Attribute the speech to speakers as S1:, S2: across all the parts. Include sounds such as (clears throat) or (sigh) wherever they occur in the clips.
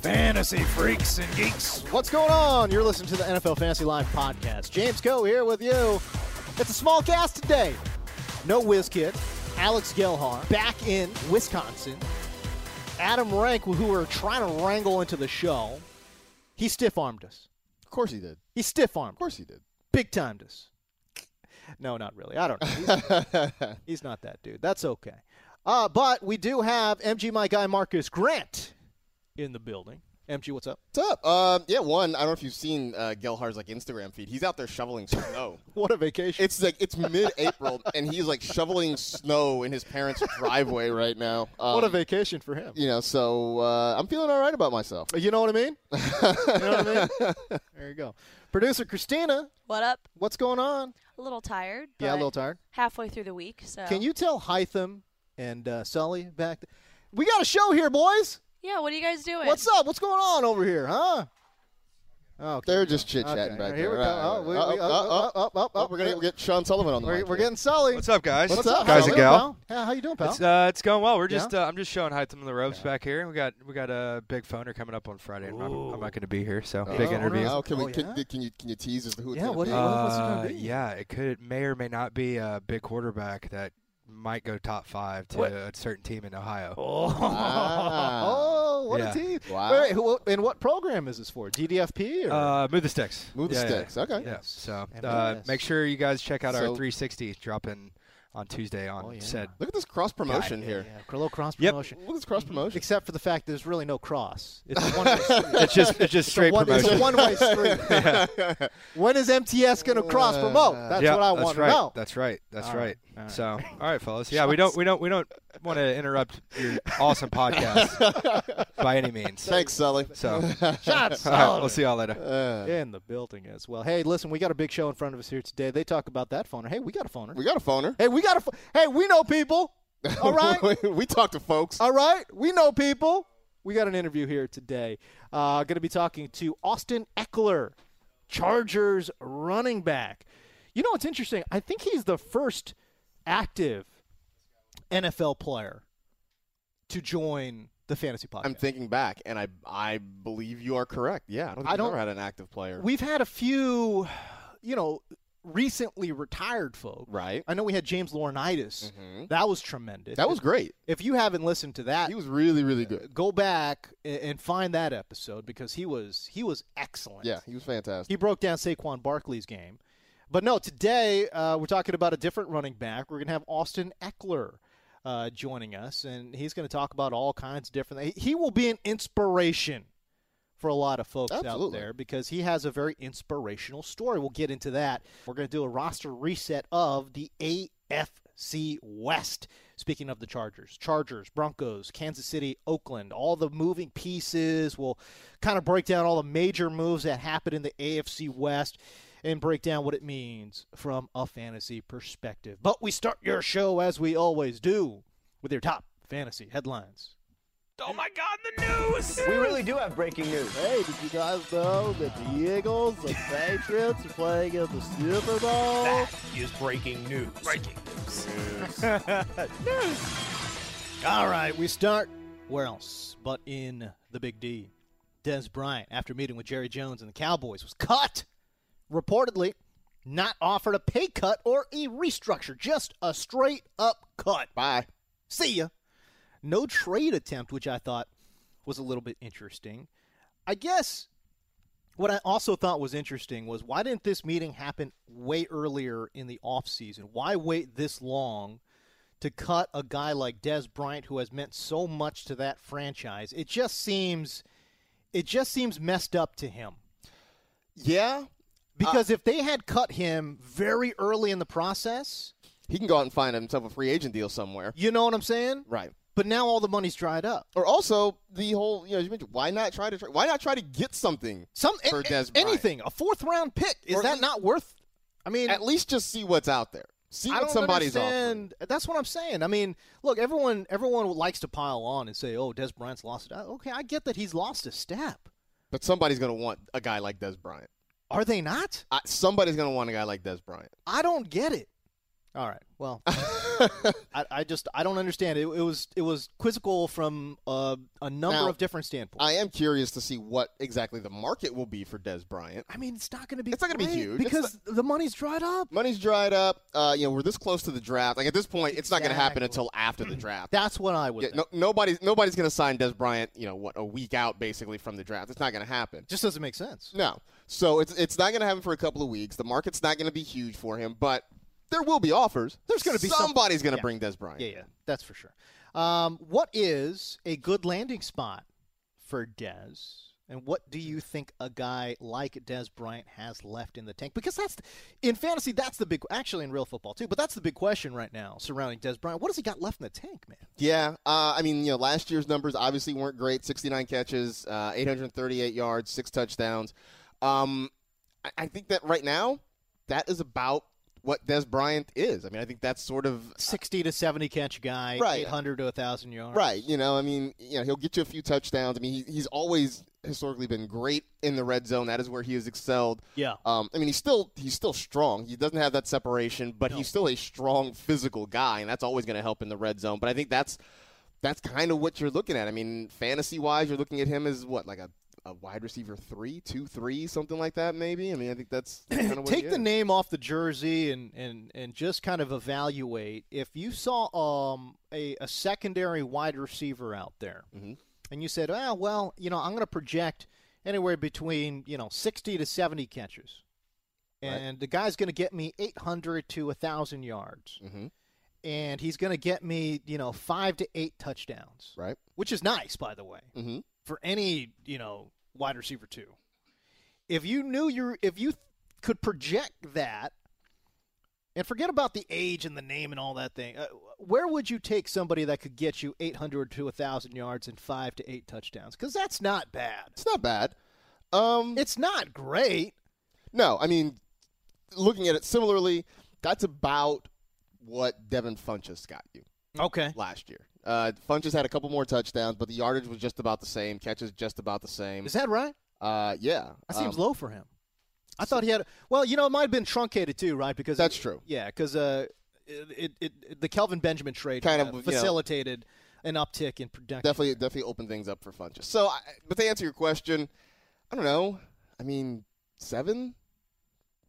S1: Fantasy freaks and geeks.
S2: What's going on? You're listening to the NFL Fantasy Live podcast. James Coe here with you. It's a small cast today. No WizKid, Alex Gelhar back in Wisconsin. Adam Rank, who we're trying to wrangle into the show, he stiff armed us.
S3: Of course he did.
S2: He stiff armed.
S3: Of course he did.
S2: Big timed us. No, not really. I don't know. He's,
S3: (laughs)
S2: he's not that dude. That's okay. Uh, but we do have MG, my guy Marcus Grant, in the building. MG, what's up?
S3: What's up? Um, yeah, one. I don't know if you've seen uh, Gelhar's like Instagram feed. He's out there shoveling snow.
S2: What a vacation.
S3: (laughs) it's like it's mid-April (laughs) and he's like shoveling snow in his parents' driveway right now. Um,
S2: what a vacation for him.
S3: You know, so uh, I'm feeling all right about myself.
S2: You know what I (laughs) mean? you know what I mean? There you go. Producer Christina,
S4: What up?
S2: what's going on?
S4: A little tired.
S2: Yeah, a
S4: but
S2: little tired.
S4: Halfway through the week, so.
S2: Can you tell Hytham and uh, Sully back? Th- we got a show here, boys.
S4: Yeah. What are you guys doing?
S2: What's up? What's going on over here, huh? Oh,
S3: They're just chit-chatting back
S2: Here
S3: there.
S2: we go.
S3: Right,
S2: Oh,
S3: right,
S2: we,
S3: right.
S2: we,
S3: Up,
S2: up,
S3: up,
S2: up, up, up,
S3: Oh, we're gonna
S2: We're,
S3: get Sean Sullivan on the
S2: we're,
S3: mic.
S2: we're
S3: here.
S2: getting Sully.
S5: What's up, guys?
S2: What's up,
S5: guys
S2: Sully?
S5: and gal?
S2: Pal? Yeah, how you doing, pal?
S5: It's uh, it's going well. We're
S2: Yeah?
S5: just uh, I'm just showing Hytham the ropes back here. We got we got a big phoner coming up on Friday. and I'm, I'm not going to be here, so big
S2: Oh,
S5: interview.
S2: wow.
S3: Oh, can, we,
S2: Oh,
S3: can,
S2: yeah?
S3: can you can you tease as to who? It's
S2: Yeah,
S3: gonna
S2: what
S3: be?
S2: is- what's it gonna
S5: Uh,
S2: be?
S5: yeah, it could it may or may not be a big quarterback that might go top five to
S2: What?
S5: a certain team in Ohio.
S3: Ah. (laughs)
S2: Oh, what
S5: Yeah.
S2: a tease!
S3: Wow.
S2: Wait, wait, who, and what program is this for? DDFP or?
S5: Uh, move the sticks.
S3: Move the
S5: Yeah, yeah,
S3: sticks. Okay.
S5: Yeah. So uh,
S2: MLS.
S5: make sure you guys check out our
S3: So-
S5: 360 dropping on Tuesday on
S2: Oh, yeah.
S5: said.
S3: Look at this cross promotion here.
S2: yeah, a little cross
S5: Yep.
S2: promotion.
S3: Look at this cross promotion.
S2: Except for the fact there's really no cross. It's a one-way street.
S5: It's just it's just straight
S2: one, It's a
S5: promotion. (laughs)
S2: one-way street. When is MTS going to cross promote? That's
S5: Uh, Yeah,
S2: what I
S5: that's
S2: want
S5: right.
S2: to know.
S5: That's right. That's
S2: All
S5: right.
S2: right. All right.
S5: So, all
S2: (laughs)
S5: right, fellas. Yeah, we don't we don't we don't want to interrupt your
S2: (laughs)
S5: awesome podcast by any means.
S3: Thanks, Sully. Uh, (laughs)
S5: So, (laughs) all
S2: Shots
S5: right, we'll see y'all later.
S2: in the building as well. Hey, listen, we got a big show in front of us here today. They talk about that phoner. Hey, we got a phoner.
S3: We got a phoner.
S2: hey, we got a. Ph- hey, we know
S5: (laughs)
S2: people. All right.
S3: (laughs) we talked to folks.
S2: All right, we know people. We got an interview here today. Uh, going to be talking to Austin Eckler, Chargers running back. You know, it's interesting. I think he's the first active NFL player to join the fantasy podcast.
S3: I'm thinking back, and I I believe you are correct. Yeah, I don't. Think
S2: I
S3: we've
S2: don't-
S3: ever had an active player.
S2: We've had a few, you know, recently retired folk.
S3: right.
S2: I know we had James Laurinaitis.
S3: Mhm.
S2: That was tremendous.
S3: That was great.
S2: If you haven't listened to that,
S3: He was really really good.
S2: go back a- and find that episode because he was he was excellent.
S3: Yeah, he was fantastic.
S2: he broke down Saquon Barkley's game. But no, today uh, we're talking about a different running back. We're gonna have Austin Eckler uh, joining us, and he's gonna talk about all kinds of different. He will be an inspiration for a lot of folks out
S3: Absolutely.
S2: there because he has a very inspirational story. We'll get into that. We're going to do a roster reset of the AFC West. Speaking of the Chargers, Chargers, Broncos, Kansas City, Oakland, all the moving pieces. We'll kind of break down all the major moves that happened in the AFC West and break down what it means from a fantasy perspective. But we start your show as we always do with your top fantasy headlines.
S1: We really do have breaking news.
S3: Hey, did you guys know that the Eagles and Patriots are playing in the Super Bowl?
S1: is breaking news. Breaking.
S2: All right, we start where else but in the Big D. Des Bryant, after meeting with Jerry Jones and the Cowboys, was cut. Reportedly, not offered a pay cut or a restructure, just a straight up cut.
S3: Bye.
S2: See ya. No trade attempt, which I thought was a little bit interesting. I guess what I also thought was interesting was why didn't this meeting happen way earlier in the offseason? Why wait this long to cut a guy like Des Bryant who has meant so much to that franchise? It just seems it just seems messed up to him.
S3: Yeah, Uh,
S2: Because if they had cut him very early in the process,
S3: he can go out and find himself a free agent deal somewhere.
S2: you know what I'm saying?
S3: Right.
S2: But now all the money's dried up.
S3: Or also the whole, you know, you mentioned why not try to try, why not try to get something?
S2: Some
S3: For
S2: a- a-
S3: Des Bryant.
S2: anything, a fourth round pick is
S3: Or at
S2: that
S3: least-
S2: not worth? I mean,
S3: At least just see what's out there. See
S2: I
S3: what
S2: don't
S3: somebody's offering.
S2: understand. That's what I'm saying. I mean, look, everyone everyone likes to pile on and say, "Oh, Des Bryant's lost it." Okay, I get that he's lost a step.
S3: But somebody's going to want a guy like Des Bryant.
S2: Are they not?
S3: I, somebody's going to want a guy like Des
S2: (laughs)
S3: Bryant.
S2: I don't get it. All right. (laughs) Well, I, I just I don't understand. It, it was it was quizzical from uh, a number
S3: Now,
S2: of different standpoints.
S3: I am curious to see what exactly the market will be for Des Bryant.
S2: I mean, it's not going to be.
S3: It's not gonna be
S2: great
S3: huge. It's
S2: because the money's dried up.
S3: Money's dried up. Uh, you know, we're this close to the draft. Like at this point, it's not going to happen
S2: Exactly.
S3: until after
S2: (clears throat)
S3: the draft.
S2: That's what I would.
S3: Yeah,
S2: think.
S3: no, nobody's nobody's going to sign Des Bryant. You know what? A week out, basically from the draft. It's not going to happen.
S2: Just doesn't make sense.
S3: No. So it's it's not going to happen for a couple of weeks. The market's not going to be huge for him, but there will be offers. There's
S2: gonna be something.
S3: somebody's going to
S2: Yeah.
S3: bring Des Bryant.
S2: Yeah, yeah, that's for sure. Um, what is a good landing spot for Dez? And what do you think a guy like Des Bryant has left in the tank? Because that's in fantasy, that's the big. Actually, in real football too, but that's the big question right now surrounding Des Bryant. What has he got left in the tank, man?
S3: Yeah, uh, I mean, you know, last year's numbers obviously weren't great. Sixty-nine catches, uh, eight hundred thirty-eight yards, six touchdowns. Um, I, I think that right now, that is about what Des Bryant is. I mean, I think that's sort of
S2: Sixty to seventy catch guy,
S3: Right.
S2: eight hundred to thousand yards.
S3: Right. You know, I mean, you know, he'll get you a few touchdowns. I mean, he, he's always historically been great in the red zone. That is where he has excelled.
S2: Yeah.
S3: Um, I mean, he's still he's still strong. He doesn't have that separation, but he's still a strong physical guy, and that's always going to help in the red zone. But I think that's that's kind of what you're looking at. I mean, fantasy wise, you're looking at him as what like a, a wide receiver three, two, three, something like that. Maybe. I mean, I
S2: (clears throat)
S3: think that's kind of what he
S2: Take the
S3: is.
S2: name off the jersey and, and, and just kind of evaluate if you saw um, a, a secondary wide receiver out there
S3: Mm-hmm.
S2: and you said, ah, well, you know, I'm going to project anywhere between, you know, 60 to 70 catches. And the guy's going to get me 800 to 1,000 yards.
S3: Mhm.
S2: And he's going to get me, you know, five to eight touchdowns,
S3: Right.
S2: which is nice, by the way
S3: Mm-hmm.
S2: for any you know wide receiver two. If you knew you if you could project that, and forget about the age and the name and all that thing, uh, where would you take somebody that could get you 800 to 1,000 yards and five to eight touchdowns? Because that's not bad.
S3: It's not bad. Um,
S2: It's not great.
S3: No, I mean, looking at it similarly, that's about what Devin Funches got you
S2: Okay.
S3: last year. Uh, Funches had a couple more touchdowns, but the yardage was just about the same. Catches just about the same.
S2: Is that right?
S3: uh, yeah,
S2: That seems
S3: Um,
S2: low for him. I thought he had. Well, you know, it might have been truncated too, right? Because
S3: That's true.
S2: Yeah, because uh, it, it, it the Kelvin Benjamin trade
S3: Kind
S2: uh,
S3: of, you know,
S2: facilitated an uptick in production.
S3: definitely definitely opened things up for Funches. So, I, but to answer your question, I don't know. I mean, seven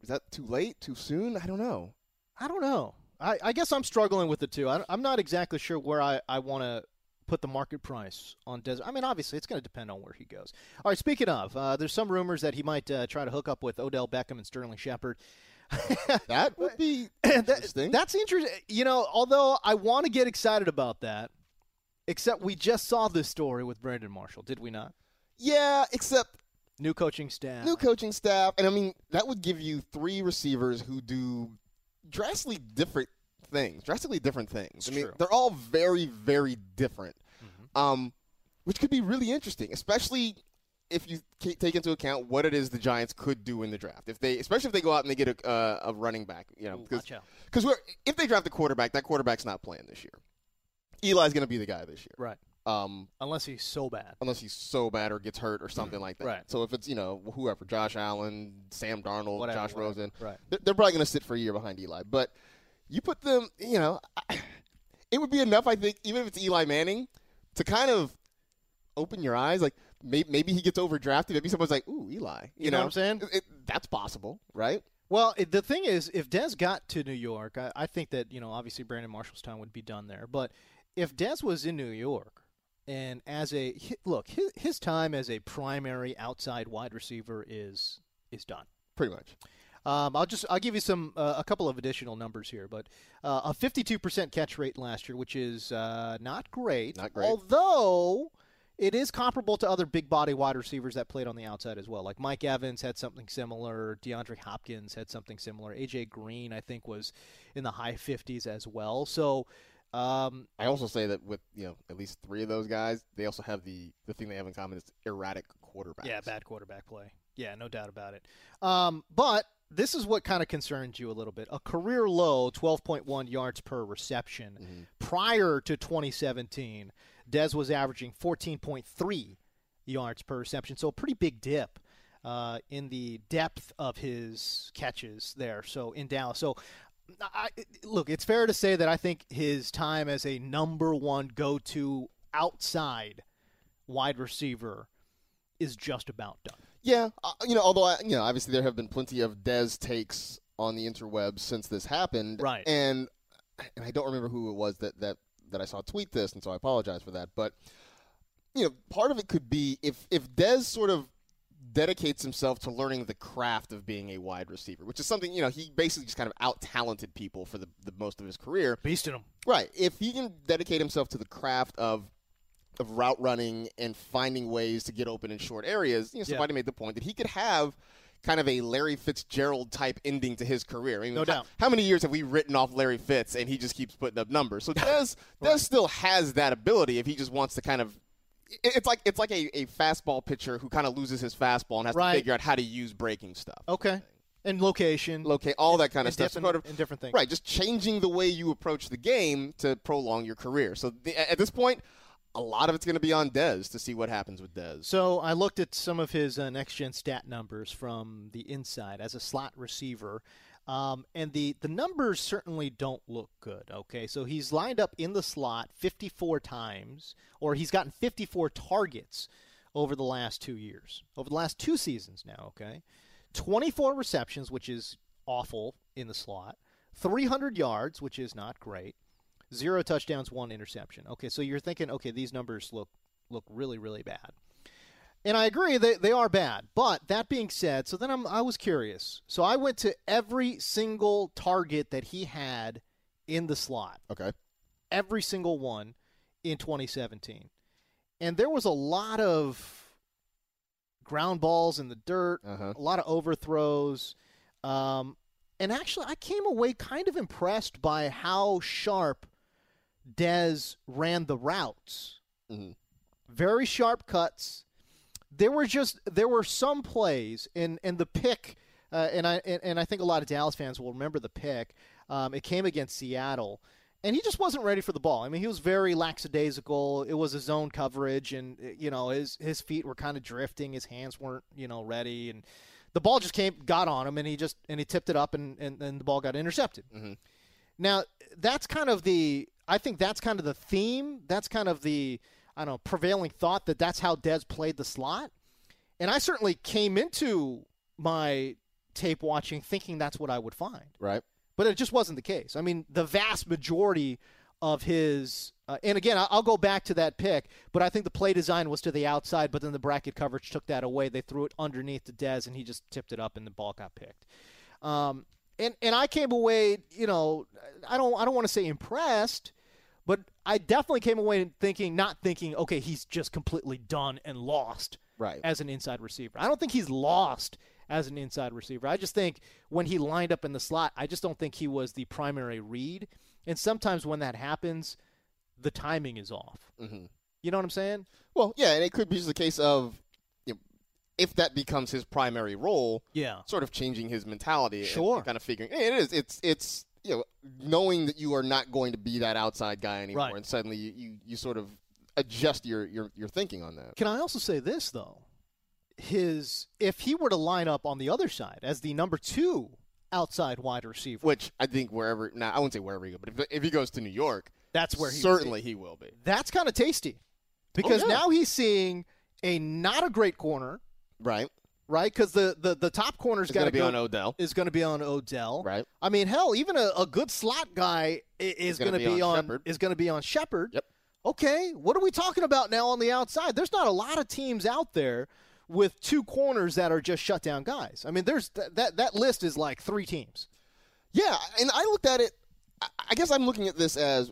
S3: is that too late? Too soon? I
S2: (laughs)
S3: don't know.
S2: I don't know. I, I guess I'm struggling with the two. I, am not exactly sure where I, I want to put the market price on Desert. I mean, obviously, it's going to depend on where he goes. All right, speaking of, uh, there's some rumors that he might uh, try to hook up with Odell Beckham and Sterling Shepard.
S3: That would be
S2: (clears throat) that,
S3: interesting.
S2: that's interesting. You know, although I want to get excited about that, except we just saw this story with Brandon Marshall, did we not?
S3: yeah, except
S2: New coaching staff.
S3: new coaching staff, and I mean that would give you three receivers who do drastically different things, drastically different things. I mean,
S5: true.
S3: they're all very, very different,
S2: Mm-hmm.
S3: um, which could be really interesting, especially if you ca- take into account what it is the Giants could do in the draft. If they, especially if they go out and they get a, uh, a running back, you know,
S2: watch out.
S3: because if they draft a quarterback, that quarterback's not playing this year. Eli's going to be the guy this year,
S2: Right.
S3: um,
S2: Unless he's so bad.
S3: unless he's so bad or gets hurt or something like that.
S2: Mm-hmm. Right.
S3: So if it's you know whoever, Josh Allen, Sam Darnold,
S2: Whatever,
S3: Josh
S2: whatever.
S3: Rosen,
S2: Right.
S3: they're, they're probably going to sit for a year behind Eli. But you put them, you know, (sighs) I- it would be enough, I think, even if it's Eli Manning, to kind of open your eyes. Like may, maybe he gets overdrafted. Maybe someone's like, "Ooh, Eli," you,
S2: You know what I'm saying?
S3: It- it- that's possible, right?
S2: Well, it, the thing is, if Dez got to New York, I, I think that you know, obviously Brandon Marshallstown would be done there. But if Dez was in New York, and as a hi- look, his, his time as a primary outside wide receiver is is done.
S3: Pretty much.
S2: Um, I'll just I'll give you some uh, a couple of additional numbers here, but uh, a 52% catch rate last year, which is uh, not great.
S3: Not great.
S2: Although it is comparable to other big body wide receivers that played on the outside as well. Like Mike Evans had something similar. DeAndre Hopkins had something similar. AJ Green I think was in the high 50s as well. So um,
S3: I also say that with you know at least three of those guys, they also have the the thing they have in common is erratic quarterbacks.
S2: Yeah, bad quarterback play. Yeah, no doubt about it. Um, but this is what kind of concerns you a little bit. A career low 12.1 yards per reception. Prior to 2017, Dez was averaging 14.3 yards per reception, so a pretty big dip. Uh, in the depth of his catches there, so in Dallas. So, I, look, it's fair to say that I think his time as a number one go to outside wide receiver is just about done.
S3: Yeah, uh, you know, although I, you know, obviously there have been plenty of Dez takes on the interwebs since this happened,
S2: Right.
S3: And and I don't remember who it was that that that I saw tweet this, and so I apologize for that. But you know, part of it could be if if Dez sort of dedicates himself to learning the craft of being a wide receiver, which is something you know he basically just kind of out talented people for the, the most of his career.
S2: Beasting him.
S3: Right. If he can dedicate himself to the craft of of route running and finding ways to get open in short areas, you know, somebody made the point that he could have kind of a Larry Fitzgerald type ending to his career. I mean,
S2: No
S3: how,
S2: doubt.
S3: How many years have we written off Larry Fitz and he just keeps putting up numbers?
S2: (laughs)
S3: So Dez, Dez still has that ability if he just wants to kind of. it- It's like it's like a, a fastball pitcher who kind of loses his fastball and has
S2: Right. Oh,
S3: to figure out how to use breaking stuff.
S2: Okay. And location.
S3: Locate all that kind
S2: and
S3: of stuff. So
S2: Different,
S3: kind of-
S2: and different things.
S3: Right, just changing the way you approach the game to prolong your career. So the, at this point, a lot of it's going to be on Dez to see what happens with Dez.
S2: So I looked at some of his uh, next gen stat numbers from the inside as a slot receiver. Um, and the, the numbers certainly don't look good. Okay. So he's lined up in the slot 54 times, or he's gotten 54 targets over the last two years, over the last two seasons now. Okay. 24 receptions, which is awful in the slot, 300 yards, which is not great, zero touchdowns, one interception. Okay. So you're thinking, okay, these numbers look, look really, really bad. And I agree they, they are bad. But that being said, so then I'm, I was curious. So I went to every single target that he had in the slot,
S3: Okay.
S2: every single one in 2017. And there was a lot of ground balls in the dirt,
S3: Uh-huh.
S2: a lot of overthrows. Um, and actually, I came away kind of impressed by how sharp Dez ran the routes
S3: Mhm.
S2: very sharp cuts. There were just there were some plays, and and the pick, uh, and I and, and I think a lot of Dallas fans will remember the pick. Um, it came against Seattle, and he just wasn't ready for the ball. I mean, he was very lackadaisical. It was a zone coverage, and uh, you know his his feet were kind of drifting. His hands weren't you know ready, and the ball just came got on him, and he just and he tipped it up, and and, and the ball got intercepted. Now, that's kind of the I think that's kind of the theme. That's kind of the I don't know prevailing thought that that's how Dez played the slot. And I certainly came into my tape watching thinking that's what I would find,
S3: Right.
S2: but it just wasn't the case. I mean, the vast majority of his uh, and again, I- I'll go back to that pick, but I think the play design was to the outside, but then the bracket coverage took that away. They threw it underneath to Dez, and he just tipped it up, and the ball got picked. Um, and and I came away, you know, I don't I don't want to say impressed, but I definitely came away thinking, not thinking, okay, he's just completely done and lost
S3: Right.
S2: as an inside receiver. I don't think he's lost as an inside receiver. I just think when he lined up in the slot, I just don't think he was the primary read. And sometimes when that happens, the timing is off.
S3: Mhm.
S2: You know what I'm saying?
S3: Well, yeah, and it could be just a case of you know, if that becomes his primary role,
S2: Yeah.
S3: sort of changing his mentality. and-
S2: Sure.
S3: And kind of figuring it is. It's it's you know knowing that you are not going to be that outside guy anymore,
S2: Right.
S3: and suddenly you, you, you sort of adjust your, your your thinking on that.
S2: Can I also say this though? His if he were to line up on the other side as the number two outside wide receiver,
S3: Which I think wherever now I wouldn't say wherever he go, but if, if he goes to New York,
S2: that's where he would be.
S3: certainly he will be.
S2: that's kind of tasty because
S3: yeah.
S2: now he's seeing a not a great corner,
S3: Right.
S2: right? Because the, the the top corner's
S3: It's
S2: got
S3: going
S2: to
S3: to be
S2: go,
S3: on Odell.
S2: is going to be on Odell,
S3: Right.
S2: I mean, hell, even a, a good slot guy i- is
S3: gonna
S2: going to
S3: be
S2: be
S3: on
S2: on,
S3: Shepard.
S2: is going to be on Shepard.
S3: Yep.
S2: Okay, what are we talking about now on the outside? There's not a lot of teams out there with two corners that are just shutdown guys. I mean, there's th- that that list is like three teams.
S3: Yeah, and I looked at it. I- I guess I'm looking at this as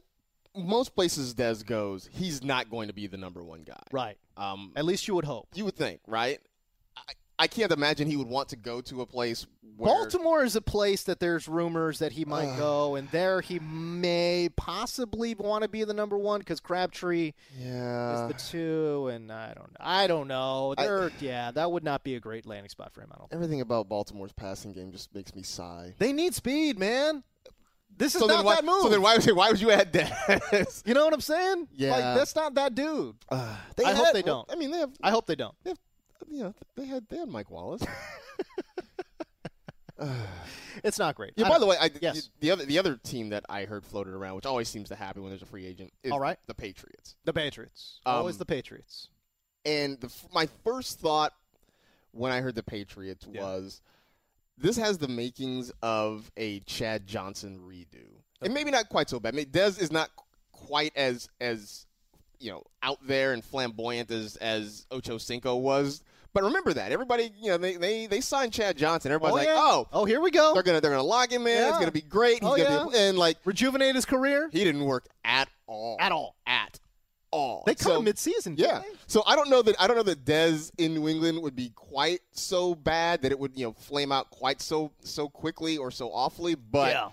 S3: most places Des goes, he's not going to be the number one guy.
S2: Right.
S3: Um,
S2: At least you would hope.
S3: you would think, right? I, I can't imagine he would want to go to a place where
S2: Baltimore is a place that there's rumors that he might go, and there he may possibly want to be the number one because Crabtree
S3: Yeah.
S2: is the two, and I don't, Uh, I don't know.
S3: I-
S2: There, yeah, that would not be a great landing spot for him. I don't.
S3: Everything about Baltimore's passing game just makes me sigh.
S2: They need speed, man. This is
S3: so
S2: not
S3: then why,
S2: that move.
S3: So then why (laughs) would why would you add Dez?
S2: you know what I'm saying?
S3: Yeah.
S2: Like, that's not that dude.
S3: They
S2: I hope
S3: had-
S2: they
S3: well,
S2: don't.
S3: I mean, they have.
S2: I hope they don't.
S3: They have you know, they had they had Mike Wallace.
S2: It's not great.
S3: Yeah,
S2: I
S3: by
S2: don't-
S3: the way, I,
S2: Yes.
S3: the other the other team that I heard floated around, which always seems to happen when there's a free agent, is
S2: All right.
S3: the Patriots.
S2: the Patriots.
S3: Um,
S2: Always the Patriots.
S3: And the, f- my first thought when I heard the Patriots
S2: Yeah.
S3: was, this has the makings of a Chad Johnson redo, and maybe not quite so bad. I mean, Dez is not quite as as you know out there and flamboyant as as Ocho Cinco was. But remember that everybody, you know, they they, they signed Chad Johnson. Everybody's like,
S2: yeah.
S3: oh,
S2: oh, here we go.
S3: they're gonna they're gonna lock him in. It's
S2: Yeah.
S3: gonna be great. He's
S2: Oh,
S3: gonna be, and like
S2: Rejuvenate his career
S3: he didn't work at all.
S2: at all.
S3: At all.
S2: They cut
S3: so,
S2: him mid-season. didn't
S3: Yeah.
S2: they?
S3: So I don't know that I don't know that Dez in New England would be quite so bad that it would, you know, flame out quite so so quickly or so awfully, but
S2: Yeah.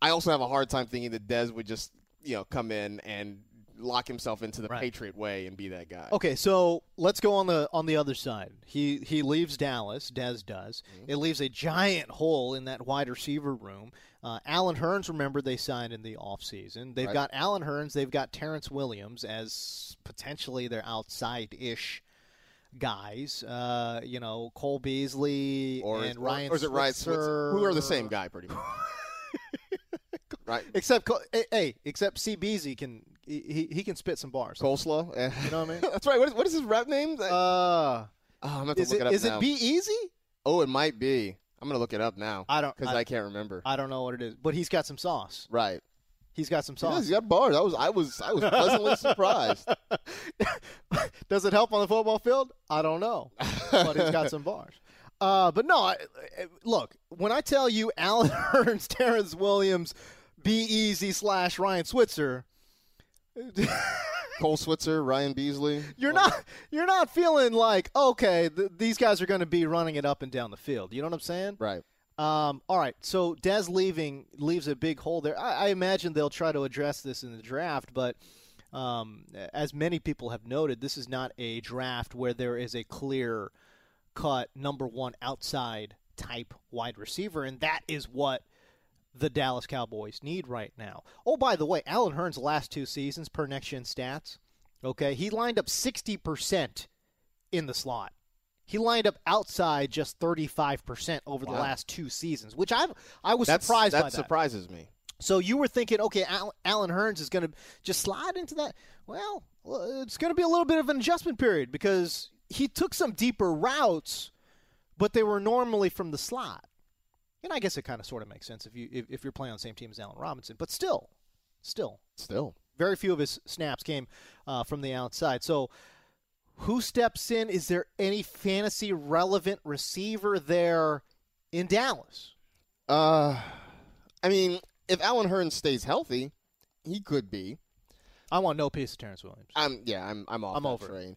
S3: I also have a hard time thinking that Dez would just, you know, come in and lock himself into the
S2: Right.
S3: Patriot way and be that guy.
S2: Okay, so let's go on the on the other side. He he leaves Dallas. Dez does.
S3: Mm-hmm.
S2: It leaves a giant hole in that wide receiver room. Uh, Alan Hearns, remember they signed in the offseason. They've
S3: Right.
S2: got Alan Hearns. They've got Terrence Williams as potentially their outside ish guys. Uh, you know Cole Beasley
S3: Or
S2: and
S3: is,
S2: Ryan.
S3: or is it Ryan
S2: Switzer.
S3: Who are the same guy
S2: (laughs)
S3: pretty much. right?
S2: Except Cole- hey, hey, except C Beasley can he, he he can spit some bars.
S3: Coleslaw?
S2: You know what I mean?
S3: (laughs) That's right. What is, what is his rap name? oh,
S2: Uh,
S3: I'm gonna have to
S2: is it
S3: look it up
S2: is
S3: now.
S2: it be easy?
S3: Oh, it might be. I'm gonna look it up now.
S2: I don't-
S3: because
S2: I-
S3: I, can't remember.
S2: I don't know what it is, but he's got some sauce.
S3: right.
S2: He's got some
S3: He does,
S2: sauce.
S3: he got bars. I was I was I was pleasantly surprised.
S2: (laughs) Does it help on the football field? I don't know, but he's
S3: (laughs)
S2: got some bars. Uh, but no, I, I- look, when I tell you Alan (laughs) Hearns, Terrence Williams, Be Easy slash Ryan Switzer, (laughs)
S3: Cole Switzer, Ryan Beasley.
S2: you're not you're not feeling like okay, th- these guys are going to be running it up and down the field. You know what I'm saying?
S3: Right.
S2: Um, all right, so Des leaving leaves a big hole there. I, I imagine they'll try to address this in the draft, but um, as many people have noted, this is not a draft where there is a clear cut number one outside type wide receiver, and that is what the Dallas Cowboys need right now. Oh, by the way, Alan Hearn's last two seasons per next gen stats, okay, he lined up 60% in the slot. He lined up outside just 35% over the
S3: Wow.
S2: last two seasons, which I I was
S3: That's
S2: surprised
S3: that
S2: by that.
S3: surprises me.
S2: So you were thinking, okay, Al- Alan Hearns is going to just slide into that. Well, well, it's going to be a little bit of an adjustment period because he took some deeper routes, but they were normally from the slot. And I guess it kind of sort of makes sense if you if, if you're playing on the same team as Allen Robinson, but still, still,
S3: Still.
S2: very few of his snaps came uh, from the outside. So who steps in? Is there any fantasy relevant receiver there in Dallas?
S3: Uh, I mean, if Alan Hearn stays healthy, he could be.
S2: I want no piece of Terrence Williams.
S3: I'm yeah. I'm I'm off.
S2: I'm
S3: that
S2: over it.
S3: Train.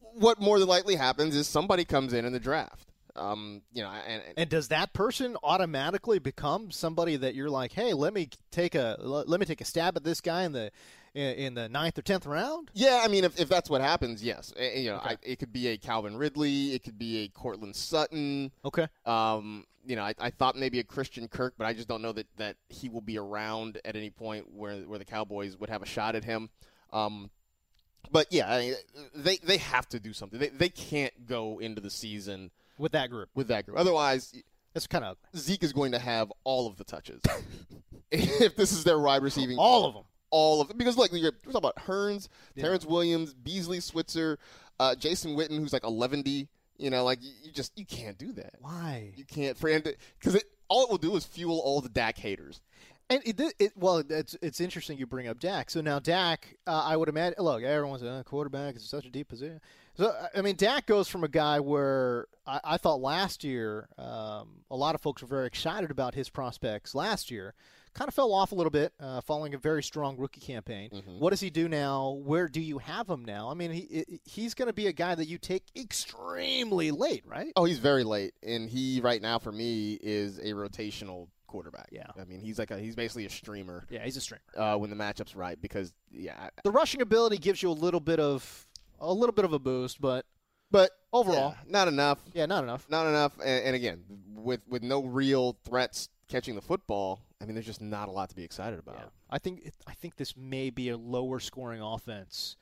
S3: what more than likely happens is somebody comes in in the draft. Um, you know, and, and
S2: And does that person automatically become somebody that you're like, hey, let me take a let let me take a stab at this guy in the in, in the ninth or tenth round?
S3: Yeah, I mean, if, if that's what happens, yes. Eh, eh, you know, I, it could be a Calvin Ridley, it could be a Cortland Sutton.
S2: Okay.
S3: Um, you know, I, I thought maybe a Christian Kirk, but I just don't know that, that he will be around at any point where where the Cowboys would have a shot at him. Um, but yeah, I mean, they they have to do something. They they can't go into the season
S2: With that group,
S3: with that group. Otherwise,
S2: that's kind of
S3: Zeke is going to have all of the touches. (laughs) if this is their wide receiving,
S2: all of them.
S3: all of because look, you're, we're talking about Hearns, Terrence Williams, Beasley, Switzer, uh, Jason Witten, who's like 11 D. You know, like you, you just you can't do that.
S2: Why?
S3: You can't because it all it will do is fuel all the Dak haters.
S2: And it, did- it well, it's it's interesting you bring up Dak. So now Dak, uh, I would imagine. Look, everyone's a quarterback is such a deep position. So I- I mean, Dak goes from a guy where I, I thought last year um, a lot of folks were very excited about his prospects last year, kind of fell off a little bit uh, following a very strong rookie campaign. What does he do now? Where do you have him now? I mean, he he- he's going to be a guy that you take extremely late, right?
S3: Oh, he's very late, and he right now for me is a rotational quarterback.
S2: Yeah.
S3: I mean he's like a, he's basically a streamer
S2: Yeah, he's a streamer.
S3: uh, when the matchup's right because yeah, I-
S2: The rushing ability gives you a little bit of a little bit of a boost, but
S3: but
S2: Overall.
S3: yeah, not enough.
S2: yeah, not enough.
S3: not enough. And, and again, with with no real threats catching the football, I mean, there's just not a lot to be excited about.
S2: Yeah. I think I think this may be a lower scoring offense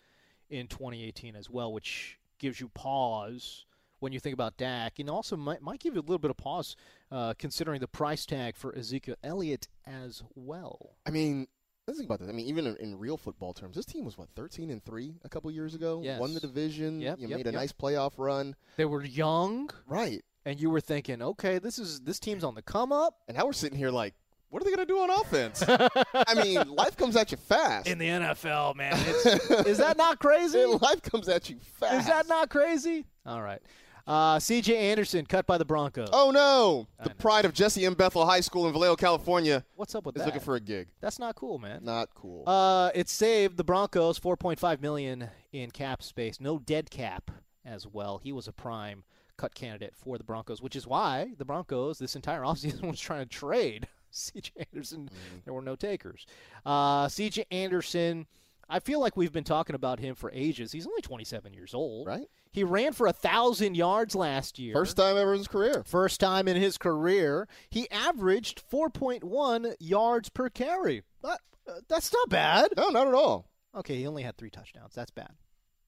S2: in 2018 as well, which gives you pause when you think about Dak, and also might, might give you a little bit of pause uh, considering the price tag for Ezekiel Elliott as well.
S3: I mean, let's think about this. I mean, even in, in real football terms, this team was what 13 and three a couple years ago.
S2: Yes.
S3: Won the division.
S2: Yep,
S3: you
S2: yep,
S3: made a
S2: yep.
S3: nice playoff run.
S2: They were young,
S3: Right.
S2: and you were thinking, okay, this is this team's on the come up.
S3: And now we're sitting here like, what are they going to do on
S2: (laughs)
S3: offense? I mean, life comes at you fast. (laughs)
S2: the NFL, man, is that not (laughs) crazy?
S3: life comes at you fast.
S2: Is that not crazy? All right, uh, C.J. Anderson cut by the Broncos.
S3: Oh no!
S2: I
S3: The
S2: know.
S3: pride of Jesse M. Bethel High School in Vallejo, California,
S2: What's up with
S3: is
S2: that?
S3: looking for a gig.
S2: That's not cool, man.
S3: Not cool.
S2: Uh, it saved the Broncos 4.5 million in cap space. No dead cap as well. He was a prime cut candidate for the Broncos, which is why the Broncos this entire (laughs) offseason was trying to trade (laughs) CJ Anderson.
S3: Mm.
S2: There were no takers. Uh, CJ Anderson, I feel like we've been talking about him for ages. He's only 27 years old.
S3: Right.
S2: He ran for a 1,000 yards last year.
S3: First time ever in his career.
S2: First time in his career, he averaged 4.1 yards per carry. That, uh, that's not bad.
S3: No, not at all.
S2: Okay, he only had three touchdowns. That's bad.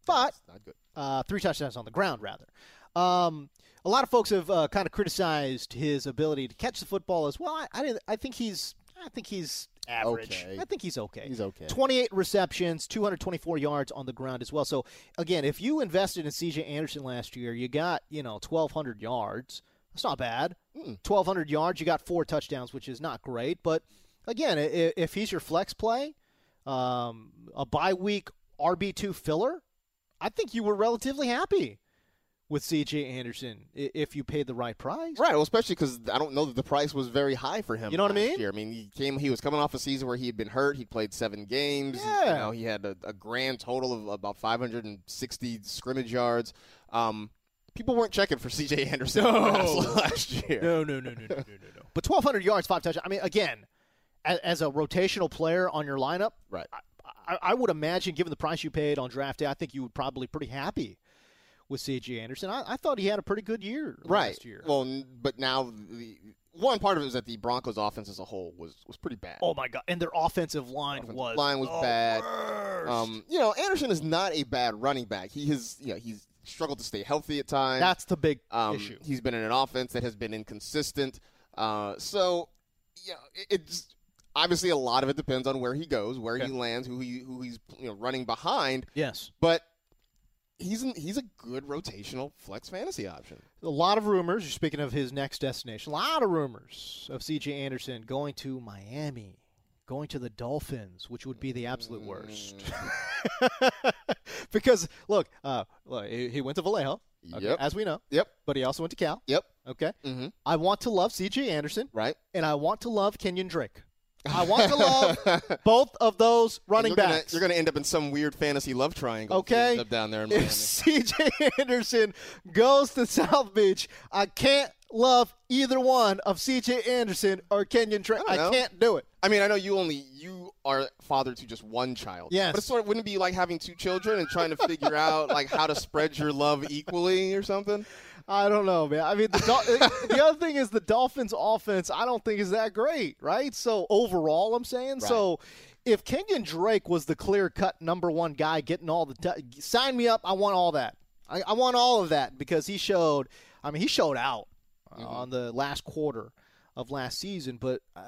S2: But
S3: It's not good.
S2: uh, three touchdowns on the ground, rather. Um, a lot of folks have uh, kind of criticized his ability to catch the football as well. I, I, didn't- I think he's, I think he's average.
S3: Okay.
S2: I think he's okay.
S3: He's okay.
S2: 28 receptions, 224 yards on the ground as well. So again, if you invested in C.J. Anderson last year, you got you know 1,200 yards. That's not bad.
S3: Hmm.
S2: 1,200 yards, you got four touchdowns, which is not great. But again, if, if he's your flex play, um, a bye week RB two filler, I think you were relatively happy with C.J. Anderson i- if you paid the right price.
S3: Right, well, especially because I don't know that the price was very high for him.
S2: You know what I
S3: last
S2: mean?
S3: Year. I mean, he came. He was coming off a season where he had been hurt. He played seven games. He- You
S2: Yeah.
S3: know, he had a, a grand total of about 560 scrimmage yards. Um, people weren't checking for (laughs) C.J. Anderson last year.
S2: No, no, no, no, no, no, no, no. But 1,200 yards, five touchdowns. I mean, again, as, as a rotational player on your lineup,
S3: Right.
S2: I, I, I would imagine, given the price you paid on draft day, I think you would probably pretty happy with C.J. Anderson. I, I thought he had a pretty good year
S3: Right.
S2: last year.
S3: Well, n- but now the one part of it is that the Broncos' offense as a whole was was pretty bad.
S2: oh, my God. And their offensive line
S3: Offensive
S2: was.
S3: line was
S2: the
S3: bad.
S2: worst.
S3: Um, you know, Anderson is not a bad running back. He has, you know, he's struggled to stay healthy at times.
S2: That's the big
S3: Um,
S2: issue.
S3: He's been in an offense that has been inconsistent. Uh, so, you know, it, it's obviously a lot of it depends on where he goes, where he lands, who he who he's you know running behind.
S2: Yes.
S3: But he's an, he's a good rotational flex fantasy option.
S2: A lot of rumors. You're speaking of his next destination. A lot of rumors of C.J. Anderson going to Miami, going to the Dolphins, which would be the absolute worst.
S3: Mm.
S2: (laughs) because look, uh, look, he he went to Vallejo, okay,
S3: Yep.
S2: as we know,
S3: Yep.
S2: but he also went to Cal.
S3: Yep.
S2: Okay,
S3: Mhm.
S2: I want to love C.J. Anderson,
S3: Right. (laughs)
S2: and I want to love Kenyon Drake. I want to
S3: (laughs)
S2: love both of those running
S3: you're Gonna,
S2: backs.
S3: you're going to end up in some weird fantasy love triangle. if you
S2: Okay.
S3: end up down there in Miami.
S2: if CJ (laughs) Anderson goes to South Beach, I can't love either one of CJ Anderson or Kenyon Drake.
S3: I
S2: I,
S3: don't know.
S2: can't do it.
S3: I mean, I know you only you are father to just one child.
S2: Yes.
S3: but it sort of wouldn't it be like having two children and (laughs) trying to figure out like how to spread your love equally or something.
S2: I don't know, man. I mean, the,
S3: (laughs)
S2: Dol- the other thing is the Dolphins' offense. I don't think is that great, right? So overall, I'm saying so. If Kenyon Drake was the clear-cut number one guy, getting all the t- sign me up. I want all that. I, I want all of that because he showed. I mean, he showed out
S3: Mm-hmm.
S2: uh, on the last quarter of last season. But uh,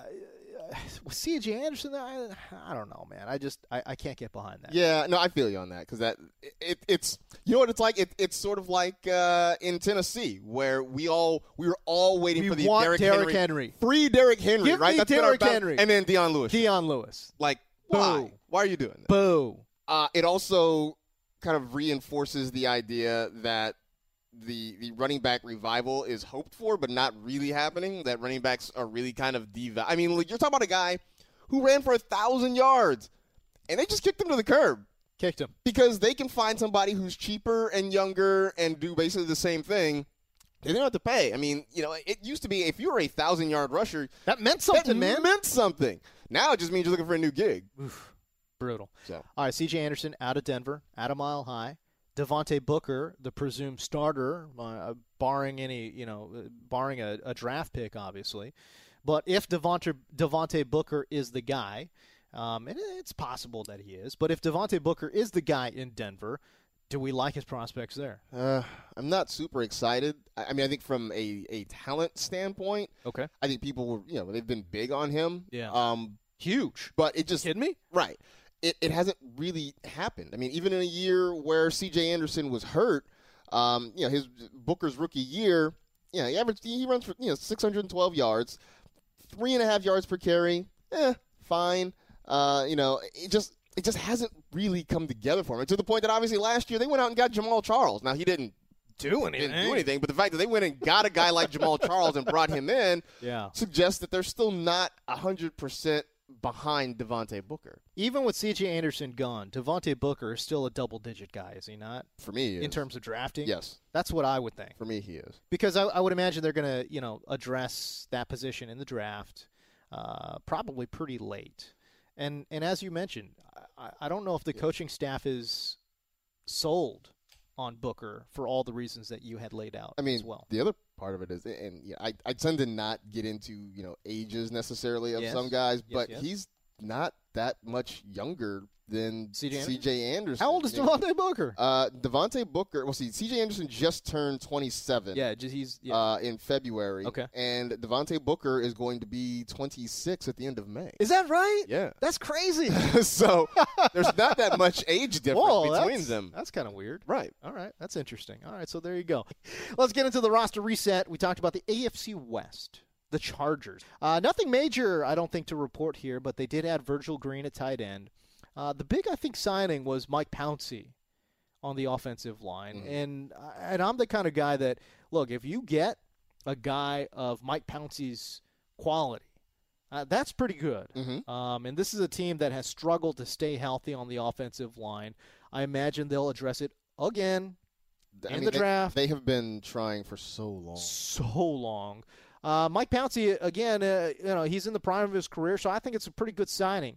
S2: uh, with C.J. Anderson, I, I don't know, man. I just I, I can't get behind that.
S3: Yeah, no, I feel you on that because that it, it's you know what it's like. It, it's sort of like uh, in Tennessee where we all we were all waiting
S2: We
S3: for the
S2: want
S3: Derrick,
S2: Derrick
S3: Henry.
S2: Henry.
S3: free Derrick Henry,
S2: Give
S3: right?
S2: me
S3: been our
S2: Derrick
S3: battle.
S2: Henry.
S3: and then Deion Lewis.
S2: Deion Lewis,
S3: like why?
S2: Boo.
S3: Why are you doing that?
S2: boo.
S3: Uh, it also kind of reinforces the idea that the the running back revival is hoped for, but not really happening. That running backs are really kind of diva. I mean, like, you're talking about a guy who ran for a thousand yards, and they just kicked him to the curb
S2: Kicked him.
S3: because they can find somebody who's cheaper and younger and do basically the same thing. They don't have to pay. I mean, you know, it used to be if you were a thousand yard rusher,
S2: That meant
S3: that
S2: something, man.
S3: meant something. Now it just means you're looking for a new gig.
S2: Brutal.
S3: So.
S2: All right, CJ Anderson out of Denver, out of Mile High. Devonte Booker, the presumed starter, uh, barring any, you know, uh, barring a, a draft pick, obviously. But if Devonte Devonte Booker is the guy, um, and it's possible that he is, but if Devonte Booker is the guy in Denver, do we like his prospects there?
S3: Uh, I'm not super excited. I, I mean, I think from a, a talent standpoint,
S2: Okay,
S3: I think people were, you know, they've been big on him.
S2: Yeah.
S3: Um,
S2: huge.
S3: but it just
S2: Kidding me?
S3: right. It, it hasn't really happened. I mean, even in a year where C.J. Anderson was hurt, um, you know, his Booker's rookie year, you know, he averaged he runs for you know 612 yards, three and a half yards per carry. Eh, fine. Uh, you know, it just it just hasn't really come together for him to the point that obviously last year they went out and got Jamal Charles. Now he didn't
S2: Do
S3: didn't do anything. But the fact that they went and got a guy like Jamal Charles and brought him in
S2: Yeah.
S3: suggests that they're still not hundred percent behind Devontae Booker.
S2: Even with CJ Anderson gone, Devonte Booker is still a double-digit guy, is he not?
S3: For me, he is.
S2: In terms of drafting,
S3: yes,
S2: That's what I would think.
S3: for me he is.
S2: because I, I would imagine they're going to you know address that position in the draft uh, probably pretty late and and as you mentioned I, I don't know if the coaching staff is sold on Booker for all the reasons that you had laid out
S3: I mean,
S2: as well
S3: the other part of it is, and yeah, I I tend to not get into you know ages necessarily of
S2: Yes.
S3: some guys,
S2: Yes,
S3: but
S2: yes.
S3: he's not that much younger than
S2: C.J. Anderson?
S3: C.J. Anderson.
S2: how old is
S3: You know,
S2: Devontae Booker
S3: Uh, Devontae Booker. Well, see, C.J. Anderson just turned twenty-seven.
S2: yeah just, he's yeah.
S3: uh, in February.
S2: Okay.
S3: And Devontae Booker is going to be 26 at the end of May.
S2: is that right
S3: Yeah.
S2: that's
S3: (laughs)
S2: crazy
S3: so there's not that much age difference
S2: (laughs) Whoa,
S3: between
S2: that's-
S3: them.
S2: that's kind of weird
S3: Right.
S2: All right, that's interesting. All right, so there you go. Let's get into the roster reset. We talked about the AFC West, the Chargers. Uh, nothing major, I don't think, to report here, but they did add Virgil Green at tight end. Uh, the big, I think, signing was Mike Pouncey on the offensive line,
S3: Mm-hmm.
S2: and uh, and I'm the kind of guy that look if you get a guy of Mike Pouncey's quality. Uh, that's pretty good. Um, and this is a team that has struggled to stay healthy on the offensive line. I imagine they'll address it again
S3: I
S2: In
S3: mean,
S2: the
S3: they-
S2: draft.
S3: They have been trying for so long.
S2: so long. Uh, Mike Pouncey again, uh, you know, he's in the prime of his career, so I think it's a pretty good signing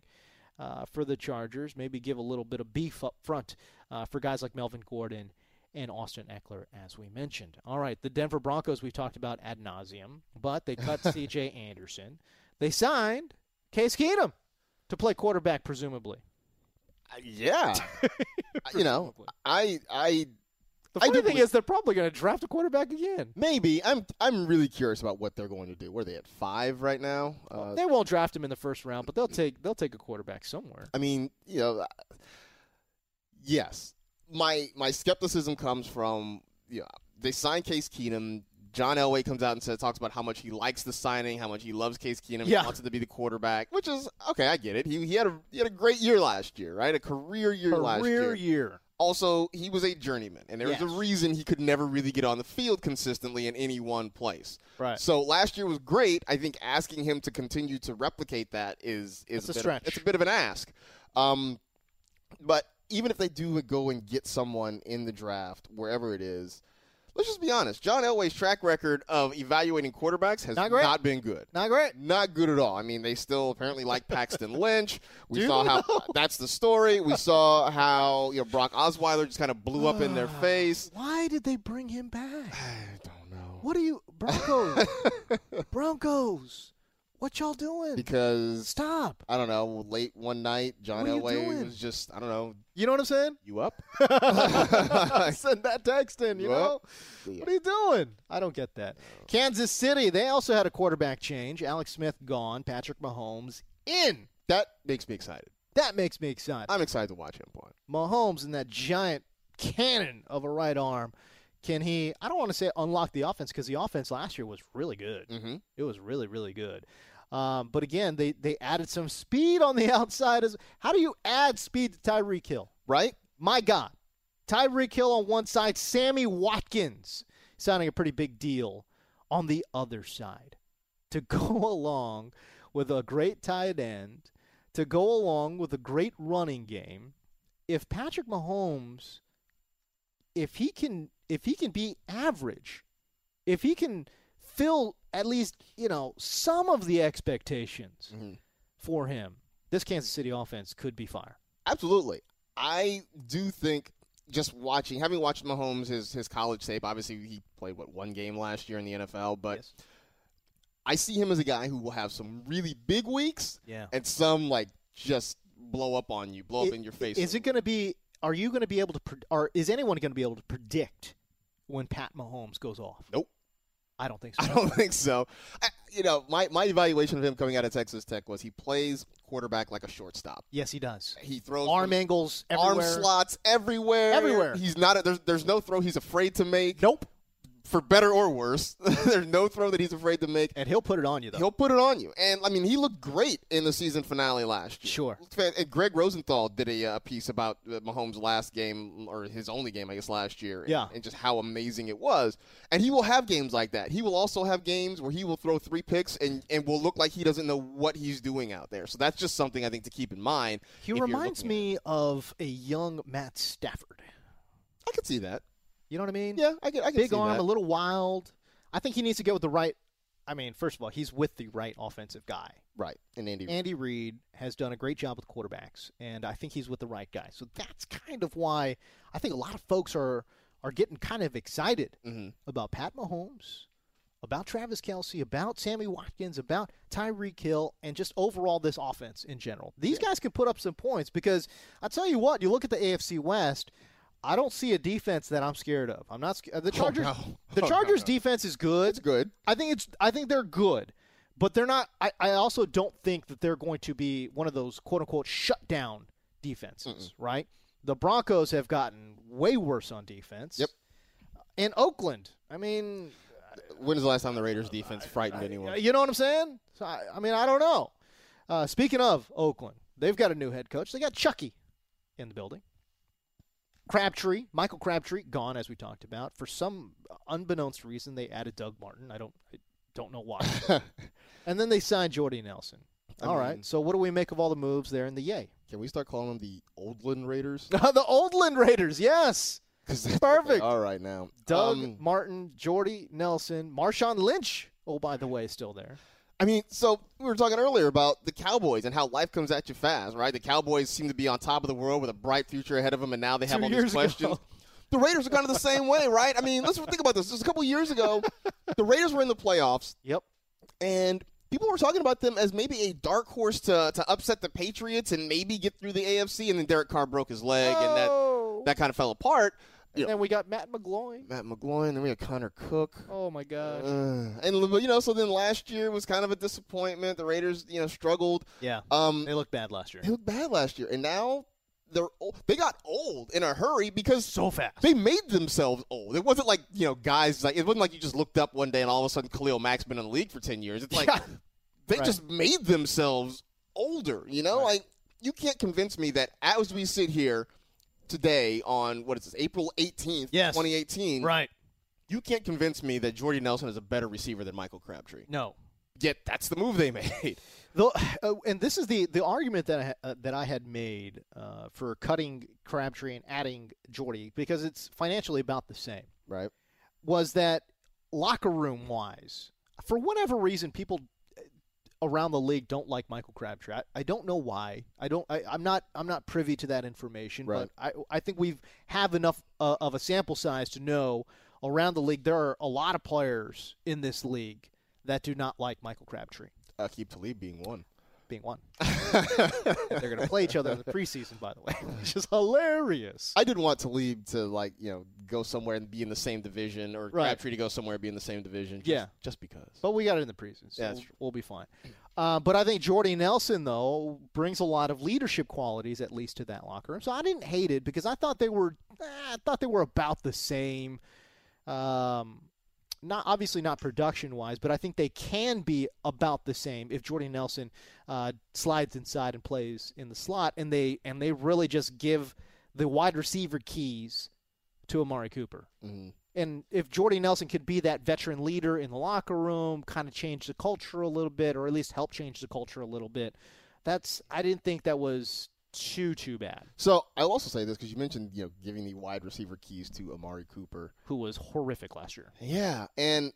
S2: uh, for the Chargers. Maybe give a little bit of beef up front uh, for guys like Melvin Gordon and Austin Eckler, as we mentioned. All right, the Denver Broncos we've talked about ad nauseum, but they
S3: (laughs)
S2: cut C.J. Anderson. They signed Case Keenum to play quarterback, presumably.
S3: Uh, Yeah. you know, I I
S2: The
S3: I
S2: funny
S3: do
S2: thing
S3: believe-
S2: is, they're probably going to draft a quarterback again.
S3: maybe I'm I'm really curious about what they're going to do. Where are they at 5 right now? Uh,
S2: they won't draft him in the first round, but they'll take they'll take a quarterback somewhere.
S3: I mean, you know, uh, yes, my my skepticism comes from you know, they signed Case Keenum. John Elway comes out and says talks about how much he likes the signing, how much he loves Case Keenum,
S2: Yeah.
S3: he wants him to be the quarterback, which is okay. I get it. He, he had a he had a great year last year, right? A career year last
S2: Career
S3: year.
S2: year.
S3: Also, he was a journeyman, and there was
S2: Yes.
S3: a reason he could never really get on the field consistently in any one place.
S2: Right.
S3: So last year was great. I think asking him to continue to replicate that is
S2: That's a
S3: is bit of-
S2: stretch.
S3: it's a bit of an ask. Um, but even if they do go and get someone in the draft, wherever it is, let's just be honest. John Elway's track record of evaluating quarterbacks has
S2: Not
S3: not,
S2: great.
S3: been good.
S2: Not great.
S3: Not good at all. I mean, they still apparently
S2: (laughs)
S3: like Paxton Lynch. We
S2: Do
S3: saw
S2: they,
S3: how
S2: though?
S3: (laughs) that's the story. We saw how you know Brock Osweiler just kind of blew
S2: (sighs)
S3: up in their face.
S2: Why did they bring him back?
S3: I don't know.
S2: What are you,
S3: (laughs)
S2: Broncos? Broncos, what y'all doing?
S3: (sighs) Because
S2: Stop.
S3: I don't know, late one night, John
S2: What are you
S3: Elway
S2: doing?
S3: was just I don't know,
S2: You know what I'm
S3: (laughs)
S2: saying?
S3: you up?
S2: (laughs) Send that text in, you know?
S3: Well,
S2: What are you doing? I don't get that. Kansas City, they also had a quarterback change. Alex Smith gone, Patrick Mahomes in.
S3: That makes me excited.
S2: That makes me excited.
S3: I'm excited to watch him play.
S2: Mahomes and that giant cannon of a right arm. Can he? I don't want to say unlock the offense because the offense last year was really good.
S3: Mhm.
S2: It was really really good. Um, but again, they they added some speed on the (laughs) outside. As how do you add speed to Tyreek Hill?
S3: Right?
S2: My God, Tyreek Hill on one side, Sammy Watkins sounding a pretty big deal on the other side. To (laughs) go along with a great tight end, to go along with a great running game, if Patrick Mahomes, if he can, if he can be average, if he can fill at least you know some of the expectations
S3: Mm-hmm.
S2: for him, this Kansas City offense could be fire.
S3: Absolutely. I do think just watching, having watched Mahomes his his college tape. Obviously, he played what one game last year in the NFL, but
S2: Yes.
S3: I see him as a guy who will have some really big weeks
S2: Yeah.
S3: and some like just blow up on you, blow up
S2: I-
S3: in your face.
S2: Is it going to be? Are you going to be able to? Pre- or is anyone going to be able to predict when Pat Mahomes goes off?
S3: Nope.
S2: I don't think so.
S3: (laughs) I don't (laughs) think so. I, you know, my, my evaluation of him coming out of Texas Tech was he plays quarterback like a shortstop.
S2: yes, he does.
S3: He throws
S2: Arm
S3: from-
S2: angles
S3: arm
S2: everywhere.
S3: slots everywhere.
S2: Everywhere.
S3: He's not. A, there's there's no throw he's afraid to make.
S2: Nope.
S3: For better or worse, (laughs) there's no throw that he's afraid to make.
S2: And he'll put it on you though.
S3: He'll put it on you. And I mean, he looked great in the season finale last year.
S2: Sure.
S3: And Greg Rosenthal did a uh, piece about uh, Mahomes' last game or his only game, I guess, last year. and-
S2: Yeah.
S3: And just how amazing it was. And he will have games like that. He will also have games where he will throw three picks and and will look like he doesn't know what he's doing out there. So that's just something I think to keep in mind.
S2: he
S3: if you're
S2: reminds
S3: looking
S2: me
S3: at it.
S2: of a young Matt Stafford.
S3: I could see that.
S2: You know what I mean?
S3: Yeah, I could. I could
S2: Big
S3: see
S2: arm,
S3: that.
S2: a little wild. I think he needs to go with the right. I mean, first of all, he's with the right offensive guy.
S3: Right. And Andy.
S2: Andy Reid has done a great job with quarterbacks, and I think he's with the right guy. So that's kind of why I think a lot of folks are are getting kind of excited
S3: Mhm.
S2: about Pat Mahomes, about Travis Kelsey, about Sammy Watkins, about Tyreek Hill, and just overall this offense in general. These guys can put up some points because I tell you what, you look at the AFC West. I don't see a defense that I'm scared of. I'm not scared. The Chargers.
S3: no.
S2: The
S3: (laughs) Oh, no,
S2: Chargers
S3: no.
S2: defense is good.
S3: It's good.
S2: I think it's I think they're good, but they're not I, I also don't think that they're going to be one of those quote unquote shutdown defenses, right? The Broncos have gotten way worse on defense.
S3: Yep.
S2: And Oakland, I mean,
S3: When was the last time the Raiders defense frightened anyone?
S2: you know what I'm saying? So I, I mean, I don't know. Uh, speaking of Oakland, they've got a new head coach. They got Chucky in the building. Crabtree, Michael Crabtree, gone as we talked about. For some unbeknownst reason, they added Doug Martin. I don't, I don't know
S3: (laughs)
S2: why. and then they signed Jordy Nelson.
S3: I
S2: All right.
S3: mean-
S2: So what do we make of all the moves there in the
S3: (laughs)
S2: yay? (laughs)
S3: Can we start calling them the Oldland Raiders?
S2: the Oldland Raiders, yes.
S3: 'Cause that's
S2: (laughs)
S3: what
S2: Perfect.
S3: they (laughs) are right now.
S2: Doug
S3: Um,
S2: Martin, Jordy Nelson, Marshawn Lynch. Oh, by the way, still there.
S3: I mean, so we were talking earlier about the Cowboys and how life comes at you fast, right? The Cowboys seem to be on top of the world with a bright future ahead of them, and now they have
S2: Two
S3: all
S2: years
S3: these questions.
S2: ago.
S3: The Raiders are kind of the same way, right? I mean, let's think about this. Just a couple years ago, the Raiders were in the playoffs,
S2: Yep.
S3: and people were talking about them as maybe a dark horse to, to upset the Patriots and maybe get through the AFC. And then Derek Carr broke his leg, and that that kind of fell apart. You
S2: Oh. And
S3: know,
S2: then we got Matt McGloin.
S3: Matt McGloin, then we had Connor Cook.
S2: Oh my gosh.
S3: Uh, and you know, so then last year was kind of a disappointment. The Raiders, you know, struggled.
S2: yeah.
S3: Um,
S2: looked bad last year.
S3: they looked bad last year, and now they're old. they got old in a hurry because
S2: So fast. (laughs)
S3: they made themselves old. It wasn't like you know guys like it wasn't like you just looked up one day and all of a sudden Khalil Mack's been in the league for ten years.
S2: (laughs)
S3: It's like they
S2: Right.
S3: just made themselves older. You know, like you can't convince me that as we sit here. today on what is this, April 18th,
S2: Yes.
S3: 2018.
S2: Right.
S3: You can't convince me that Jordy Nelson is a better receiver than Michael Crabtree.
S2: No.
S3: Yet that's the move they made. (laughs)
S2: The, uh, and this is the, the argument that I, ha- uh, that I had made uh, for cutting Crabtree and adding Jordy because it's financially about the same.
S3: Right.
S2: was that locker room wise, for whatever reason, people around the league don't like Michael Crabtree. I, I don't know why. I don't. I, I'm not. I'm not privy to that information.
S3: Right.
S2: But I I think we've have enough uh, of a sample size to know around the league there are a lot of players in this league that do not like Michael Crabtree
S3: Uh, keep Talib being (laughs) one.
S2: being one. They're going to play each other in the preseason, by the way, which is hilarious.
S3: I didn't want Talib to like you know go somewhere and be in the same division, or
S2: Right.
S3: Crabtree to go somewhere and be in the same division. Just,
S2: Yeah.
S3: just because.
S2: But we got it in the preseason, so
S3: Yeah, that's
S2: we'll,
S3: true.
S2: we'll be fine. Uh, but I think Jordy Nelson, though, brings a lot of leadership qualities, at least to that locker room. So I didn't hate it because I thought they were, eh, I thought they were about the same. Um, not obviously not production wise, but I think they can be about the same if Jordy Nelson uh, slides inside and plays in the slot, and they and they really just give the wide receiver keys to Amari Cooper.
S3: Mhm.
S2: And if Jordy Nelson could be that veteran leader in the locker room, kind of change the culture a little bit, or at least help change the culture a little bit, that's I didn't think that was too too bad.
S3: So I'll also say this because you mentioned you know giving the wide receiver keys to Amari Cooper.
S2: Who was horrific last year?
S3: Yeah, and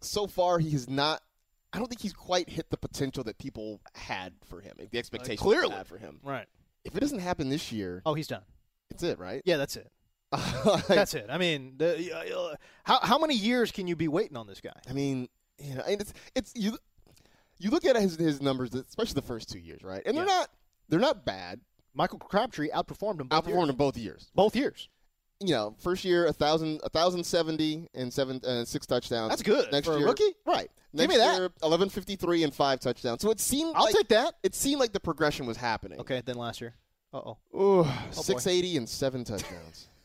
S3: so far he has not. I don't think he's quite hit the potential that people had for him, the expectations they
S2: clearly.
S3: had for him.
S2: Right.
S3: If it doesn't happen this year,
S2: Oh, he's done.
S3: it's it, right?
S2: Yeah, that's it.
S3: (laughs) Like,
S2: That's it. I mean, the, uh, uh, how how many years can you be waiting on this guy?
S3: I mean, you know, and it's it's you. You look at his his numbers, especially the first two years, right? And they're
S2: Yeah.
S3: not they're not bad.
S2: Michael Crabtree outperformed him. Both
S3: Outperformed
S2: years.
S3: him both years.
S2: both years.
S3: you know, first year a thousand, a thousand seventy and seven, uh, six touchdowns.
S2: That's good
S3: Next
S2: for a
S3: year,
S2: rookie.
S3: right?
S2: Give
S3: Next
S2: me that.
S3: year, eleven fifty three and five touchdowns. So it seemed,
S2: I'll
S3: like,
S2: take that.
S3: It seemed like the progression was happening.
S2: Okay, then last year. Uh oh.
S3: Ooh, six eighty and seven touchdowns. (laughs)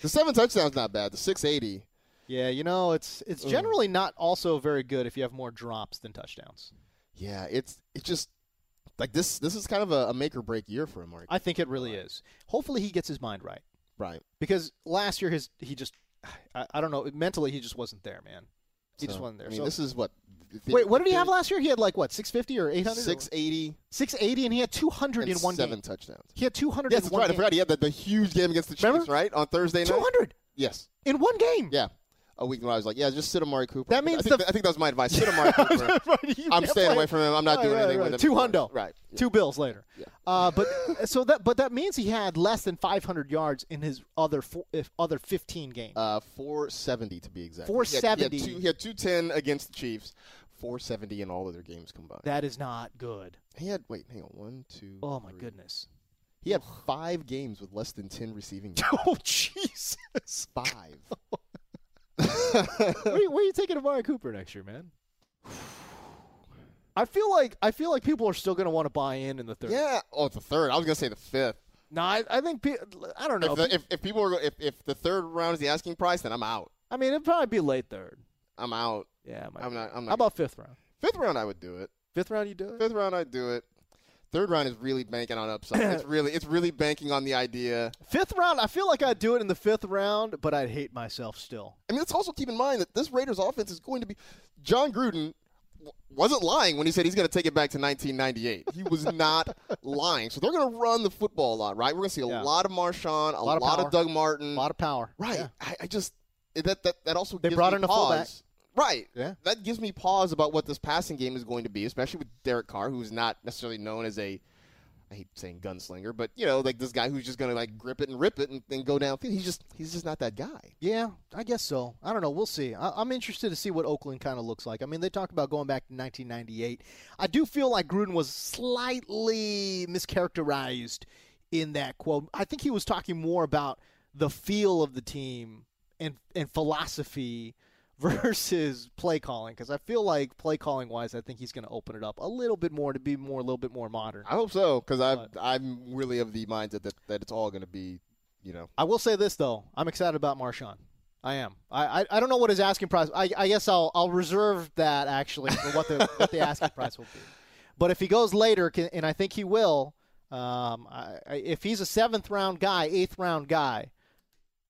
S3: the seven touchdowns not bad. The six eighty.
S2: Yeah, you know it's it's generally not also very good if you have more drops than touchdowns.
S3: Yeah, it's it just like this. This is kind of a, a make or break year for him, right?
S2: I think it really is. Hopefully, he gets his mind right
S3: Right.
S2: because last year his he just I, I don't know mentally he just wasn't there, man. He just
S3: So,
S2: wasn't there.
S3: I mean,
S2: So-
S3: this is what.
S2: wait, what did he have last year? He had like what six fifty or eight hundred?
S3: Six eighty
S2: six eighty, and he had two hundred
S3: and
S2: in one
S3: seven
S2: game.
S3: touchdowns.
S2: He had two hundred.
S3: Yes,
S2: in
S3: that's
S2: one
S3: right. I
S2: Game.
S3: forgot he had the, the huge game against the Chiefs,
S2: Remember?
S3: right, on Thursday night.
S2: Two hundred
S3: Yes.
S2: in one game. (laughs)
S3: Yeah. A week ago, I was like, yeah, just sit Amari Cooper.
S2: That means
S3: I think,
S2: the-
S3: I think that was my advice.
S2: (laughs)
S3: Sit Amari Cooper. I'm staying away from him. I'm not doing anything with him.
S2: Two hundo,
S3: Right.
S2: Two bills later. Uh, but so that but that means he had less than 500 yards in his other four, if other 15 games.
S3: Uh, 470 to be exact. He had-
S2: 470.
S3: He had, two- he had 210 against the Chiefs, 470 in all of their games combined.
S2: that is not good.
S3: he had, wait, hang on. One, two.
S2: Oh my
S3: three.
S2: goodness.
S3: He had five games with less than 10
S2: (laughs)
S3: receiving (laughs) yards.
S2: Oh Jesus.
S3: five.
S2: where, you- where you taking Amari Cooper next year, man? I feel like I feel like people are still going to want to buy in in the third.
S3: Yeah. Oh, the third. I was going to say the fifth.
S2: No, I, I think pe- I don't know.
S3: If, the, if, if people are, if, if the third round is the asking price, then I'm out.
S2: I mean, it'd probably be late third.
S3: I'm out.
S2: Yeah, it might
S3: I'm
S2: be.
S3: not- I'm not-
S2: How about fifth round?
S3: Fifth round, I would do it.
S2: Fifth round, you do it.
S3: Fifth round, I'd do it. Third round is really banking on
S2: (coughs)
S3: upside. it's really, it's really banking on the idea.
S2: Fifth round, I feel like I'd do it in the fifth round, but I'd hate myself still.
S3: I mean, let's also keep in mind that this Raiders offense is going to be. John Gruden w- wasn't lying when he said he's going to take it back to 1998. He
S2: (laughs)
S3: was not lying. So they're going to run the football a lot, right? We're going to see a
S2: Yeah.
S3: lot of Marshawn, a, lot,
S2: of
S3: of,
S2: power.
S3: Doug Martin,
S2: A lot of power.
S3: right?
S2: Yeah.
S3: I, I just eh, that that that also
S2: They
S3: gives
S2: brought
S3: me
S2: in a fullback.
S3: pause. Right.
S2: Yeah.
S3: That gives me pause about what this passing game is going to be, especially with Derek Carr, who's not necessarily known as a I hate saying gunslinger, but you know, like this guy who's just gonna like grip it and rip it and then go downfield. He's just he's just not that guy.
S2: Yeah, I guess so. I don't know. We'll see. I, I'm interested to see what Oakland kind of looks like. I mean, they talk about going back to 1998. I do feel like Gruden was slightly mischaracterized in that quote. I think he was talking more about the feel of the team and and philosophy (laughs) versus play calling because I feel like play calling wise, I think he's going to open it up a little bit more to be more a little bit more modern.
S3: I hope so, because I I'm really of the mindset that, that it's all gonna be, you know.
S2: I will say this though, I'm excited about Marshawn. I am. I, I, I don't know what his asking price. I, I guess I'll I'll reserve that actually for what the what the asking price will be. But if he goes later, can, and I think he will, Um, I, I, if he's a seventh round guy, eighth round guy,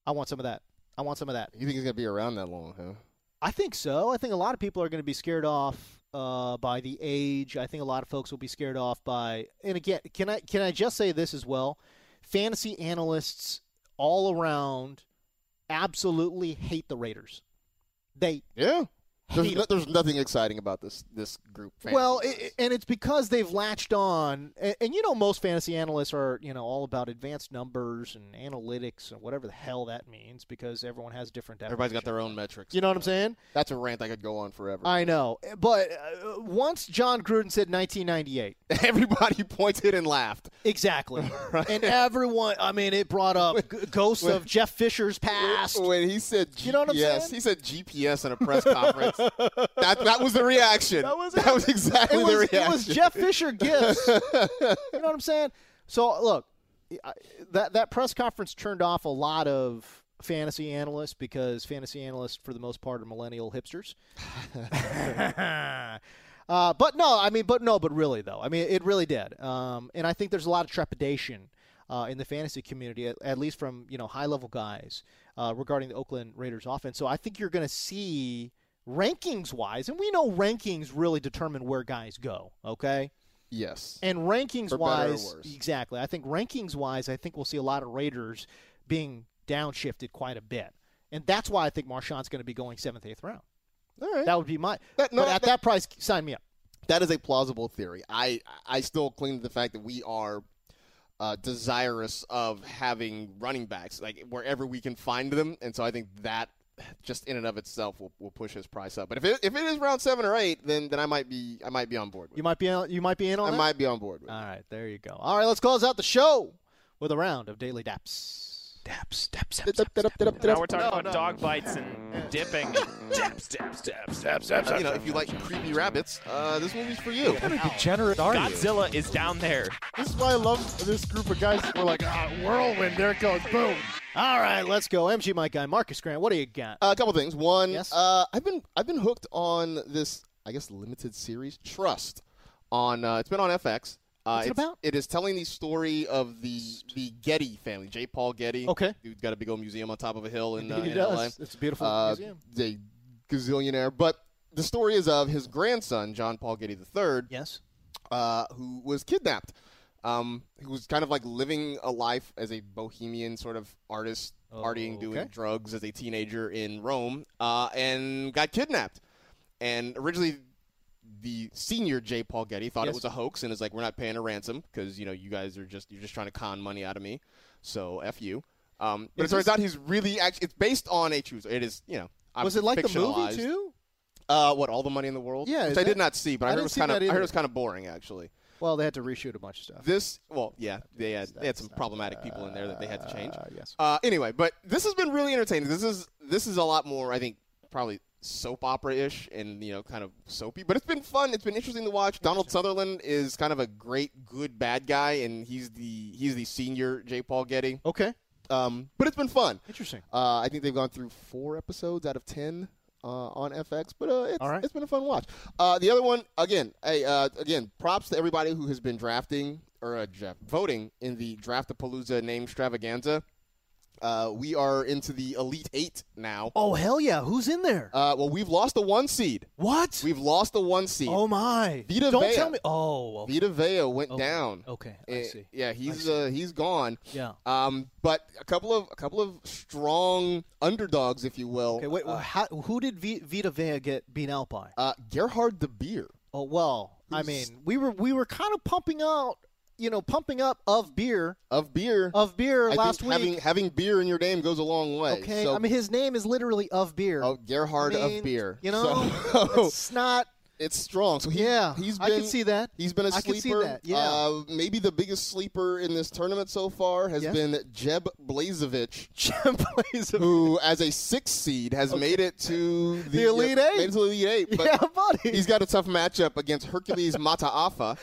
S2: I want some of that. I want some of that.
S3: You think he's gonna be around that long, huh?
S2: I think so. I think a lot of people are going to be scared off uh, by the age. I think a lot of folks will be scared off by. And again, can I can I just say this as well? Fantasy analysts all around absolutely hate the Raiders. They
S3: Yeah. There's,
S2: Hate
S3: no, there's nothing exciting about this this group.
S2: well,
S3: fantasy-wise.
S2: i i- and it's because they've latched on, and, and you know, most fantasy analysts are you know all about advanced numbers and analytics and whatever the hell that means, because everyone has different.
S3: everybody's got
S2: definition.
S3: their own metrics.
S2: You know what I'm saying?
S3: That's a rant I could go on forever.
S2: I know, but uh, once John Gruden said 1998,
S3: (laughs) Everybody pointed and laughed.
S2: exactly, (laughs) and everyone, I mean, it brought up g- ghosts of Jeff Fisher's past.
S3: When he said GPS,
S2: You know what I'm saying?
S3: he said GPS in a
S2: (laughs)
S3: press conference. that that was the reaction. That was,
S2: it,
S3: exactly the
S2: was,
S3: reaction.
S2: it was Jeff Fisher gifts. you know what I'm saying? So look, I- that that press conference turned off a lot of fantasy analysts because fantasy analysts, for the most part, are millennial hipsters. (laughs) Uh, but no, I mean, but no, but really though, I mean, it really did. Um, and I think there's a lot of trepidation uh, in the fantasy community, at, at least from you know high level guys uh, regarding the Oakland Raiders offense. So I think you're going to see rankings wise, and we know rankings really determine where guys go. Okay,
S3: Yes.
S2: and rankings
S3: For better or
S2: wise,
S3: worse.
S2: exactly. I think rankings wise, I think we'll see a lot of Raiders being downshifted quite a bit, and that's why I think Marshawn's going to be going seventh, eighth round.
S3: All right.
S2: That would be my.
S3: That- no,
S2: but at
S3: that-
S2: that price, sign me up.
S3: that is a plausible theory. I I still cling to the fact that we are uh, desirous of having running backs like wherever we can find them, and so I think that just in and of itself will, will push his price up. But if it, if it is round seven or eight, then then I might be I might be on board with.
S2: You
S3: it.
S2: might be on, you might be in on
S3: I
S2: that?
S3: might be on board with. it.
S2: All right, there you go. All right, let's close out the show with a round of daily daps.
S6: Now we're talking about dog bites (laughs) and dipping. and Dab, stab, stab, stab, stab,
S3: Uh, you know,
S6: stab,
S3: if you like creepy rabbits, uh, this movie's for you.
S5: Degenerate are you?
S6: Godzilla is down there.
S2: This is why I love this group of guys. We're like, ah, whirlwind. There it goes. Boom. All right, let's go. MG, my guy, Marcus Grant. What do you got?
S3: Uh, a couple things. One,
S2: Yes.
S3: uh, I've been I've been hooked on this I guess limited series Trust. On uh, it's been on FX. Uh,
S2: What's it
S3: it's-
S2: about?
S3: It is telling the story of the the Getty family, J. Paul Getty.
S2: Okay.
S3: who's got a big old museum on top of a
S2: (laughs)
S3: hill in, uh,
S2: (laughs) He
S3: in LA.
S2: does. It's a beautiful
S3: Uh,
S2: museum.
S3: a gazillionaire, but the story is of his grandson, John Paul Getty III,
S2: Yes.
S3: uh, who was kidnapped, um, who was kind of like living a life as a bohemian sort of artist, partying, doing
S2: Oh, Okay.
S3: drugs as a teenager in Rome, uh, and got kidnapped. And originally, the senior J. Paul Getty thought
S2: Yes.
S3: it was a hoax and is like, "We're not paying a ransom because you know you guys are just you're just trying to con money out of me, so f you." Um, but
S2: Is
S3: it turns
S2: this-
S3: out he's really actually it's based on a true. It is you know.
S2: Was it like the movie
S3: fictionalized.
S2: too?
S3: Uh, what all the money in the world?
S2: Yeah, is
S3: which I
S2: that-
S3: did not see, but
S2: I
S3: I, heard
S2: didn't
S3: it was
S2: see
S3: kind
S2: that
S3: of I
S2: either.
S3: heard it was kind of boring actually.
S2: Well, they had to reshoot a bunch of stuff.
S3: This well, yeah, they had they had some problematic people in there that they had to change.
S2: Uh, yes.
S3: Uh, anyway, but this has been really entertaining. This is this is a lot more, I think, probably soap opera ish and you know kind of soapy, but it's been fun. It's been interesting to watch. Donald Sutherland is kind of a great good bad guy, and he's the he's the senior J. Paul Getty.
S2: Okay.
S3: Um, but it's been fun.
S2: Interesting.
S3: Uh, I think they've gone through four episodes out of ten uh, on FX, but uh, it's,
S2: All right.
S3: it's been a fun watch. Uh, the other one, again, hey, uh, again, props to everybody who has been drafting or uh, draft, voting in the Draftapalooza name extravaganza. Uh, we are into the elite eight now.
S2: Oh hell yeah! Who's in there?
S3: Uh, well, we've lost the one seed.
S2: what?
S3: We've lost the one seed.
S2: oh my!
S3: Vita
S2: Don't
S3: Vea.
S2: tell me. Oh. okay.
S3: Vita Vea went
S2: Okay.
S3: down.
S2: Okay, I
S3: Eh,
S2: see.
S3: Yeah, he's uh, he's gone.
S2: Yeah.
S3: Um, but a couple of a couple of strong underdogs, if you will.
S2: Okay. Wait.
S3: uh,
S2: how, who did v- Vita Vea get beaten out by?
S3: Uh, Gerhard the Beer.
S2: Oh well, I mean,
S3: Who's-
S2: we were we were kind of pumping out, you know, pumping up of beer
S3: Of beer.
S2: of beer
S3: I
S2: last
S3: think
S2: week.
S3: Having, having beer in your name goes a long way.
S2: okay,
S3: So,
S2: I mean, his name is literally of beer.
S3: oh, Gerhard
S2: I mean,
S3: of beer.
S2: You know,
S3: (laughs) So,
S2: it's not.
S3: it's strong. So he,
S2: Yeah,
S3: he's
S2: I
S3: been,
S2: can see that. (laughs)
S3: He's been a
S2: I
S3: sleeper.
S2: can see that, yeah.
S3: Uh, maybe the biggest sleeper in this tournament so far has
S2: Yes.
S3: been Jeb
S2: (laughs)
S3: Blazevich,
S2: Jim plays a-
S3: who, as a sixth seed, has made it to the,
S2: The Elite
S3: uh,
S2: Eight.
S3: Made it to the Elite Eight. But
S2: yeah, buddy. (laughs)
S3: he's got a tough matchup against Hercules Mataafa.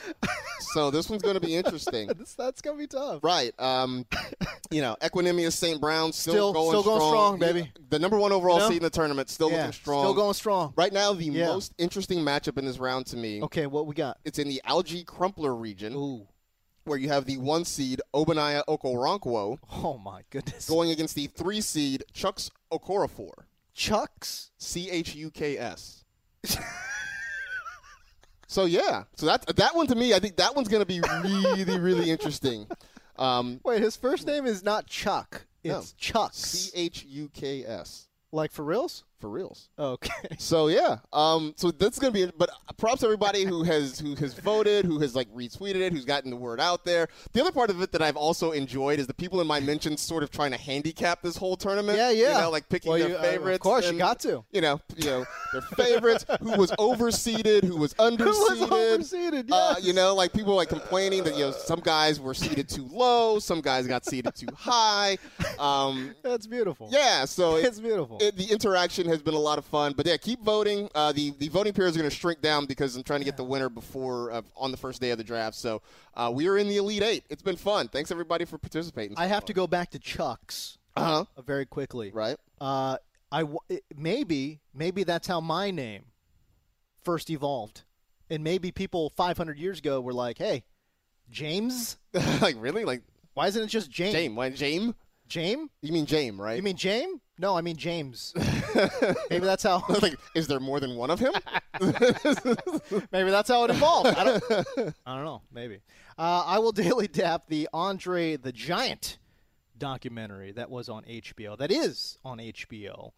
S3: so this one's going to be interesting.
S2: That's- that's gonna be tough.
S3: Right. Um, (coughs) you know, Equinemius St. Brown still,
S2: Still-
S3: going
S2: still going strong, baby.
S3: Yeah, The number one overall
S2: You know?
S3: seed in the tournament, still
S2: yeah,
S3: looking strong.
S2: Still going strong.
S3: Right now, the
S2: Yeah.
S3: most interesting matchup in this round to me,
S2: Okay, what we got?
S3: it's in the algae crumpler region,
S2: Ooh,
S3: where you have the one seed Obanaya Okoronkwo
S2: Oh my goodness.
S3: going against the three seed Chucks Okorafor.
S2: Chucks.
S3: C H U K S. So yeah, so that that one to me, I think that one's going to be really
S2: (laughs)
S3: really interesting. Um,
S2: Wait, his first name is not Chuck.
S3: No.
S2: It's Chucks.
S3: C H U K S
S2: like for reals?
S3: for reals.
S2: Okay. (laughs)
S3: So yeah, um, so that's gonna be. But props to
S2: (laughs)
S3: everybody who has who has voted, who has like retweeted it, who's gotten the word out there. The other part of it that I've also enjoyed is the people in my mentions sort of trying to handicap this whole tournament.
S2: Yeah, yeah.
S3: You know, like picking
S2: Well,
S3: their
S2: you- uh, of
S3: favorites.
S2: course, you
S3: and,
S2: got to.
S3: You know, you know their favorites. who was overseeded?
S2: (laughs)
S3: Who was underseeded?
S2: overseeded,
S3: Uh,
S2: yes.
S3: you know, like people were like complaining that you know some guys were seated too low, some guys got seated too high. Um,
S2: That's beautiful.
S3: yeah, so
S2: (laughs)
S3: it-
S2: It's beautiful.
S3: it, the interaction has been a lot of fun, but yeah, keep voting. Uh, the the voting periods are going to shrink down because I'm trying to get the winner before uh, on the first day of the draft. So uh, we are in the elite eight. It's been fun. Thanks everybody for participating.
S2: I have to go back to Chucks
S3: Uh huh.
S2: very quickly.
S3: (laughs) Right. (laughs)
S2: Uh, I w- it- maybe maybe that's how my name first evolved, and maybe people 500 years ago were like, "Hey, James,
S3: like really? Like
S2: why isn't it just James?
S3: Jame? Why Jame?
S2: Jame?
S3: You mean Jame, right?
S2: You mean Jame? No, I mean James. maybe that's how.
S3: (laughs) like is there more than one of him?
S2: (laughs) Maybe that's how it evolved. I don't, I don't know. Maybe. Uh, I will (laughs) daily dap the Andre the Giant documentary that was on HBO. That is on HBO.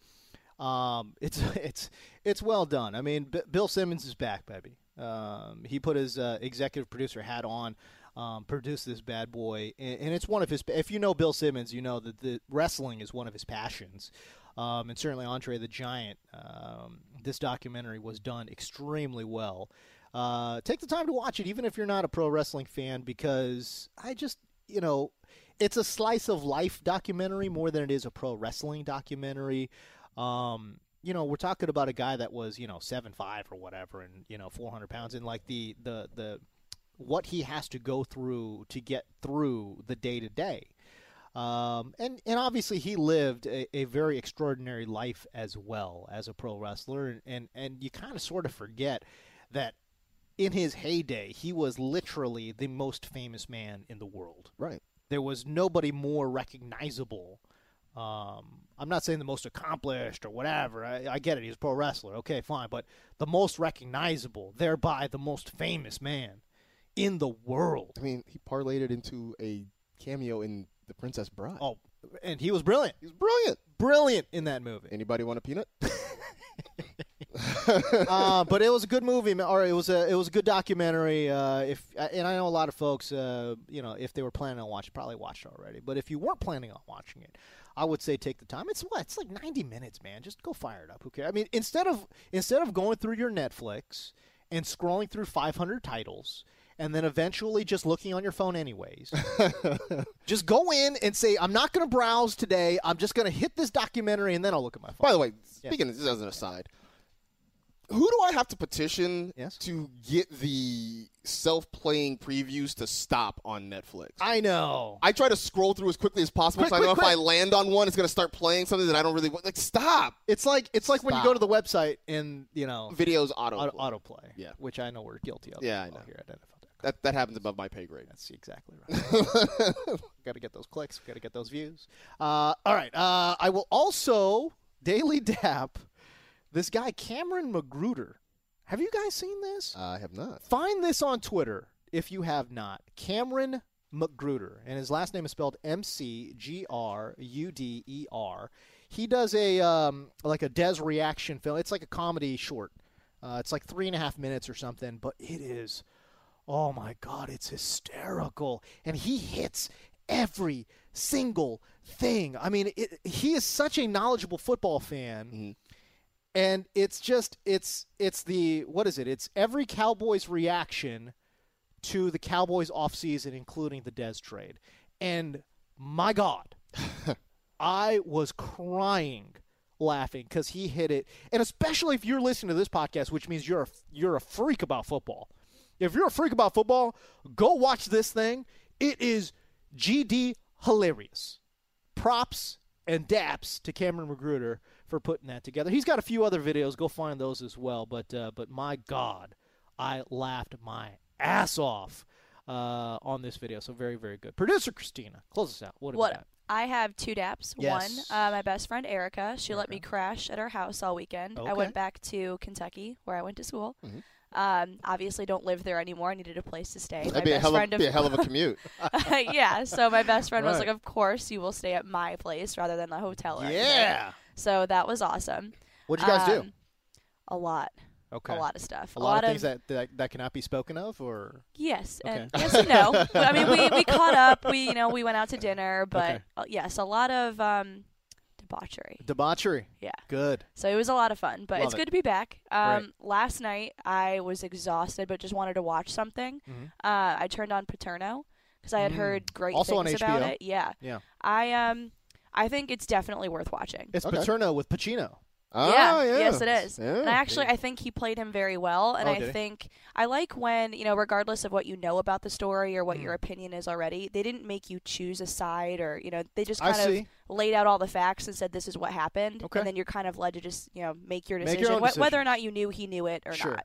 S2: Um, (laughs) it's it's it's well done. I mean, B- Bill Simmons is back, baby. Um, he put his uh, executive producer hat on, um, produced this bad boy, and, and it's one of his. If you know Bill Simmons, you know that the wrestling is one of his passions, um, and certainly Andre the Giant. Um, this documentary was done extremely well. Uh, take the time to watch it, even if you're not a pro wrestling fan, because I just you know it's a slice of life documentary more than it is a pro wrestling documentary. Um, you know, we're talking about a guy that was you know seven five or whatever, and you know four hundred pounds, and like the the the what he has to go through to get through the day to day. Um, and, and obviously he lived a, a very extraordinary life as well as a pro wrestler and, and, and you kind of sort of forget that in his heyday he was literally the most famous man in the world
S3: right.
S2: there was nobody more recognizable. Um, I'm not saying the most accomplished or whatever. I, I get it. He's a pro wrestler. Okay, fine. But the most recognizable, thereby the most famous man in the world.
S3: I mean, he parlayed it into a cameo in The Princess Bride.
S2: Oh, and he was brilliant.
S3: he's brilliant.
S2: Brilliant in that movie.
S3: Anybody want a peanut?
S2: uh, but it was a good movie, man, or it was a it was a good documentary. Uh, if and I know a lot of folks, uh, you know, if they were planning on watching, probably watched it already. But if you weren't planning on watching it, I would say take the time. It's what it's like ninety minutes, man. Just go fire it up. Who cares? I mean, instead of instead of going through your Netflix and scrolling through five hundred titles. And then eventually, just looking on your phone, anyways. just go in and say, "I'm not going to browse today. I'm just going to hit this documentary, and then I'll look at my phone."
S3: By the way, speaking of this as an aside, who do I have to petition
S2: Yes?
S3: to get the self-playing previews to stop on Netflix? I,
S2: I know.
S3: try to scroll through as quickly as possible.
S2: Quick,
S3: so I
S2: quick,
S3: know if I
S2: quick.
S3: land on one, it's going to start playing something that I don't really want. Like, stop!
S2: It's like it's like when you go to the website and you know
S3: Videos auto.
S2: auto, autoplay,
S3: Yeah.
S2: which I know we're guilty of.
S3: Yeah, I
S2: all
S3: know.
S2: Here at NFL.
S3: That that happens above my pay grade. Uh,
S2: That's exactly
S3: (laughs)
S2: right. got to get those clicks. Got to get those views. Uh, all right. Uh, I will also daily dap this guy Cameron Magruder. Have you guys seen this?
S3: I have not.
S2: Find this on Twitter if you have not. Cameron McGruder, and his last name is spelled M C G R U D E R. He does a um, like a Des reaction film. It's like a comedy short. Uh, it's like three and a half minutes or something, but it is, oh my god, it's hysterical, and he hits every single thing. I mean, it, he is such a knowledgeable football fan and it's just it's it's the what is it it's every cowboy's reaction to the cowboys offseason including the des trade and my god i was crying laughing because he hit it and especially if you're listening to this podcast which means you're a, you're a freak about football if you're a freak about football go watch this thing it is gd hilarious props and daps to Cameron Magruder for putting that together. He's got a few other videos. Go find those as well. But uh, but my God, I laughed my ass off
S7: uh, on this video. So very, very good. Producer Christina, close us out. What,
S4: What-
S7: about?
S4: I have two daps.
S7: Yes.
S4: One, uh, my best friend Erica. She let me crash at her house all weekend. I
S7: Okay.
S4: went back to Kentucky where I went to school.
S2: Mm-hmm.
S4: Um, obviously, don't live there anymore. I needed a place to stay. my
S3: That'd be a,
S4: best
S3: hell of,
S4: friend
S3: be a hell of a commute.
S4: (laughs) yeah. So my best friend was
S7: Right.
S4: like, "Of course, you will stay at my place rather than the hotel." Or anything."
S3: yeah.
S4: So that was awesome.
S2: What'd you guys do?
S4: Um, A lot,
S8: Okay.
S4: a lot of stuff.
S2: A lot, of things that, that that cannot be spoken of, or
S4: Yes,
S2: Okay.
S4: and yes
S2: (laughs)
S4: and no. But, I mean, we, we caught up. We you know we went out to dinner, but uh, yes, a lot of um, debauchery.
S2: debauchery.
S4: Yeah.
S2: Good.
S4: So it was a lot of fun, but it's
S2: Love it.
S4: good to be back. Um,
S2: Right.
S4: Last night I was exhausted, but just wanted to watch something.
S2: Mm-hmm.
S4: Uh, I turned on Paterno because I had heard great
S2: Mm. Also on
S4: things about
S2: HBO.
S4: it. Yeah,
S2: Yeah.
S4: I um, I think it's definitely worth watching.
S2: It's
S3: Okay.
S2: Paterno with Pacino.
S3: Oh,
S4: yeah,
S2: Ah,
S3: yeah.
S4: yes, it is. And I
S3: Yeah.
S4: actually, I think he played him very well. And
S2: Oh,
S4: I
S2: did he?
S4: think I like when you know, regardless of what you know about the story or what
S2: Mm.
S4: your opinion is already, they didn't make you choose a side or you know, they just
S2: I
S4: kind of
S2: see.
S4: laid out all the facts and said this is what happened,
S2: Okay.
S4: and then you're kind of led to just you know make your
S2: Make your
S4: decision,
S2: own
S4: wh- whether or
S2: decisions.
S4: not you knew he knew it or
S2: Sure.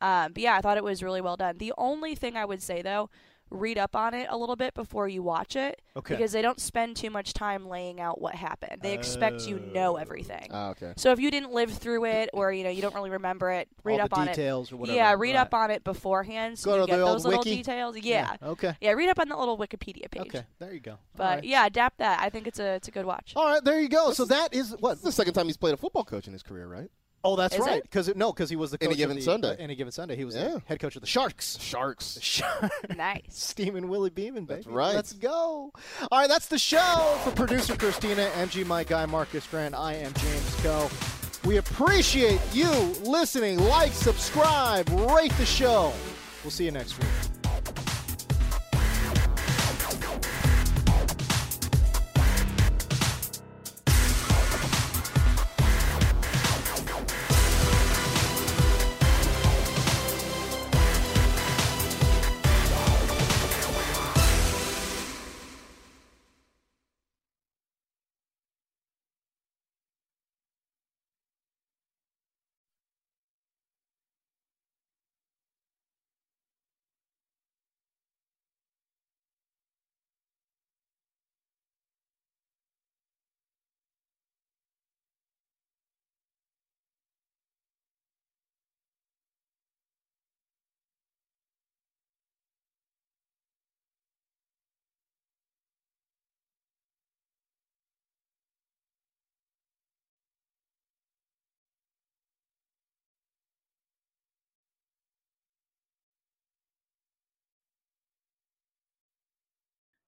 S4: not. Um, but yeah, I thought it was really well done. The only thing I would say though, read up on it a little bit before you watch it,
S2: Okay.
S4: because they don't spend too much time laying out what happened. They expect you know everything.
S3: Oh, okay.
S4: So if you didn't live through it, or you know you don't really remember it, read
S2: All
S4: up
S2: the
S4: on it.
S2: details or whatever.
S4: Yeah, read
S2: Right.
S4: up on it beforehand so
S2: Go
S4: you
S2: to
S4: get
S2: the old
S4: those little
S2: wiki?
S4: details. Yeah. yeah,
S2: Okay.
S4: read up on that little Wikipedia page.
S2: Okay. There you go. All
S4: But
S2: right. Oh.
S4: yeah, adapt that. I think it's a it's a good watch.
S2: All right. There you go. So that is what.
S3: That's the second time he's played a football coach in his career, right?
S2: Oh, that's
S4: Is
S2: right.
S4: it?
S2: Because no, because he was the coach
S3: Any
S2: of
S3: Given
S2: the-
S3: Sunday.
S2: uh, any given Sunday, he was
S3: Yeah.
S2: the head coach of the Sharks. (laughs)
S3: Sharks.
S4: Nice.
S2: Steaming Willie Beeman, baby.
S3: That's right.
S2: Let's go. All right, that's the show for producer Christina, MG, my guy Marcus Grant. I am James Coe. We appreciate you listening. Like, subscribe, rate the show. We'll see you next week.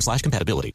S5: slash compatibility.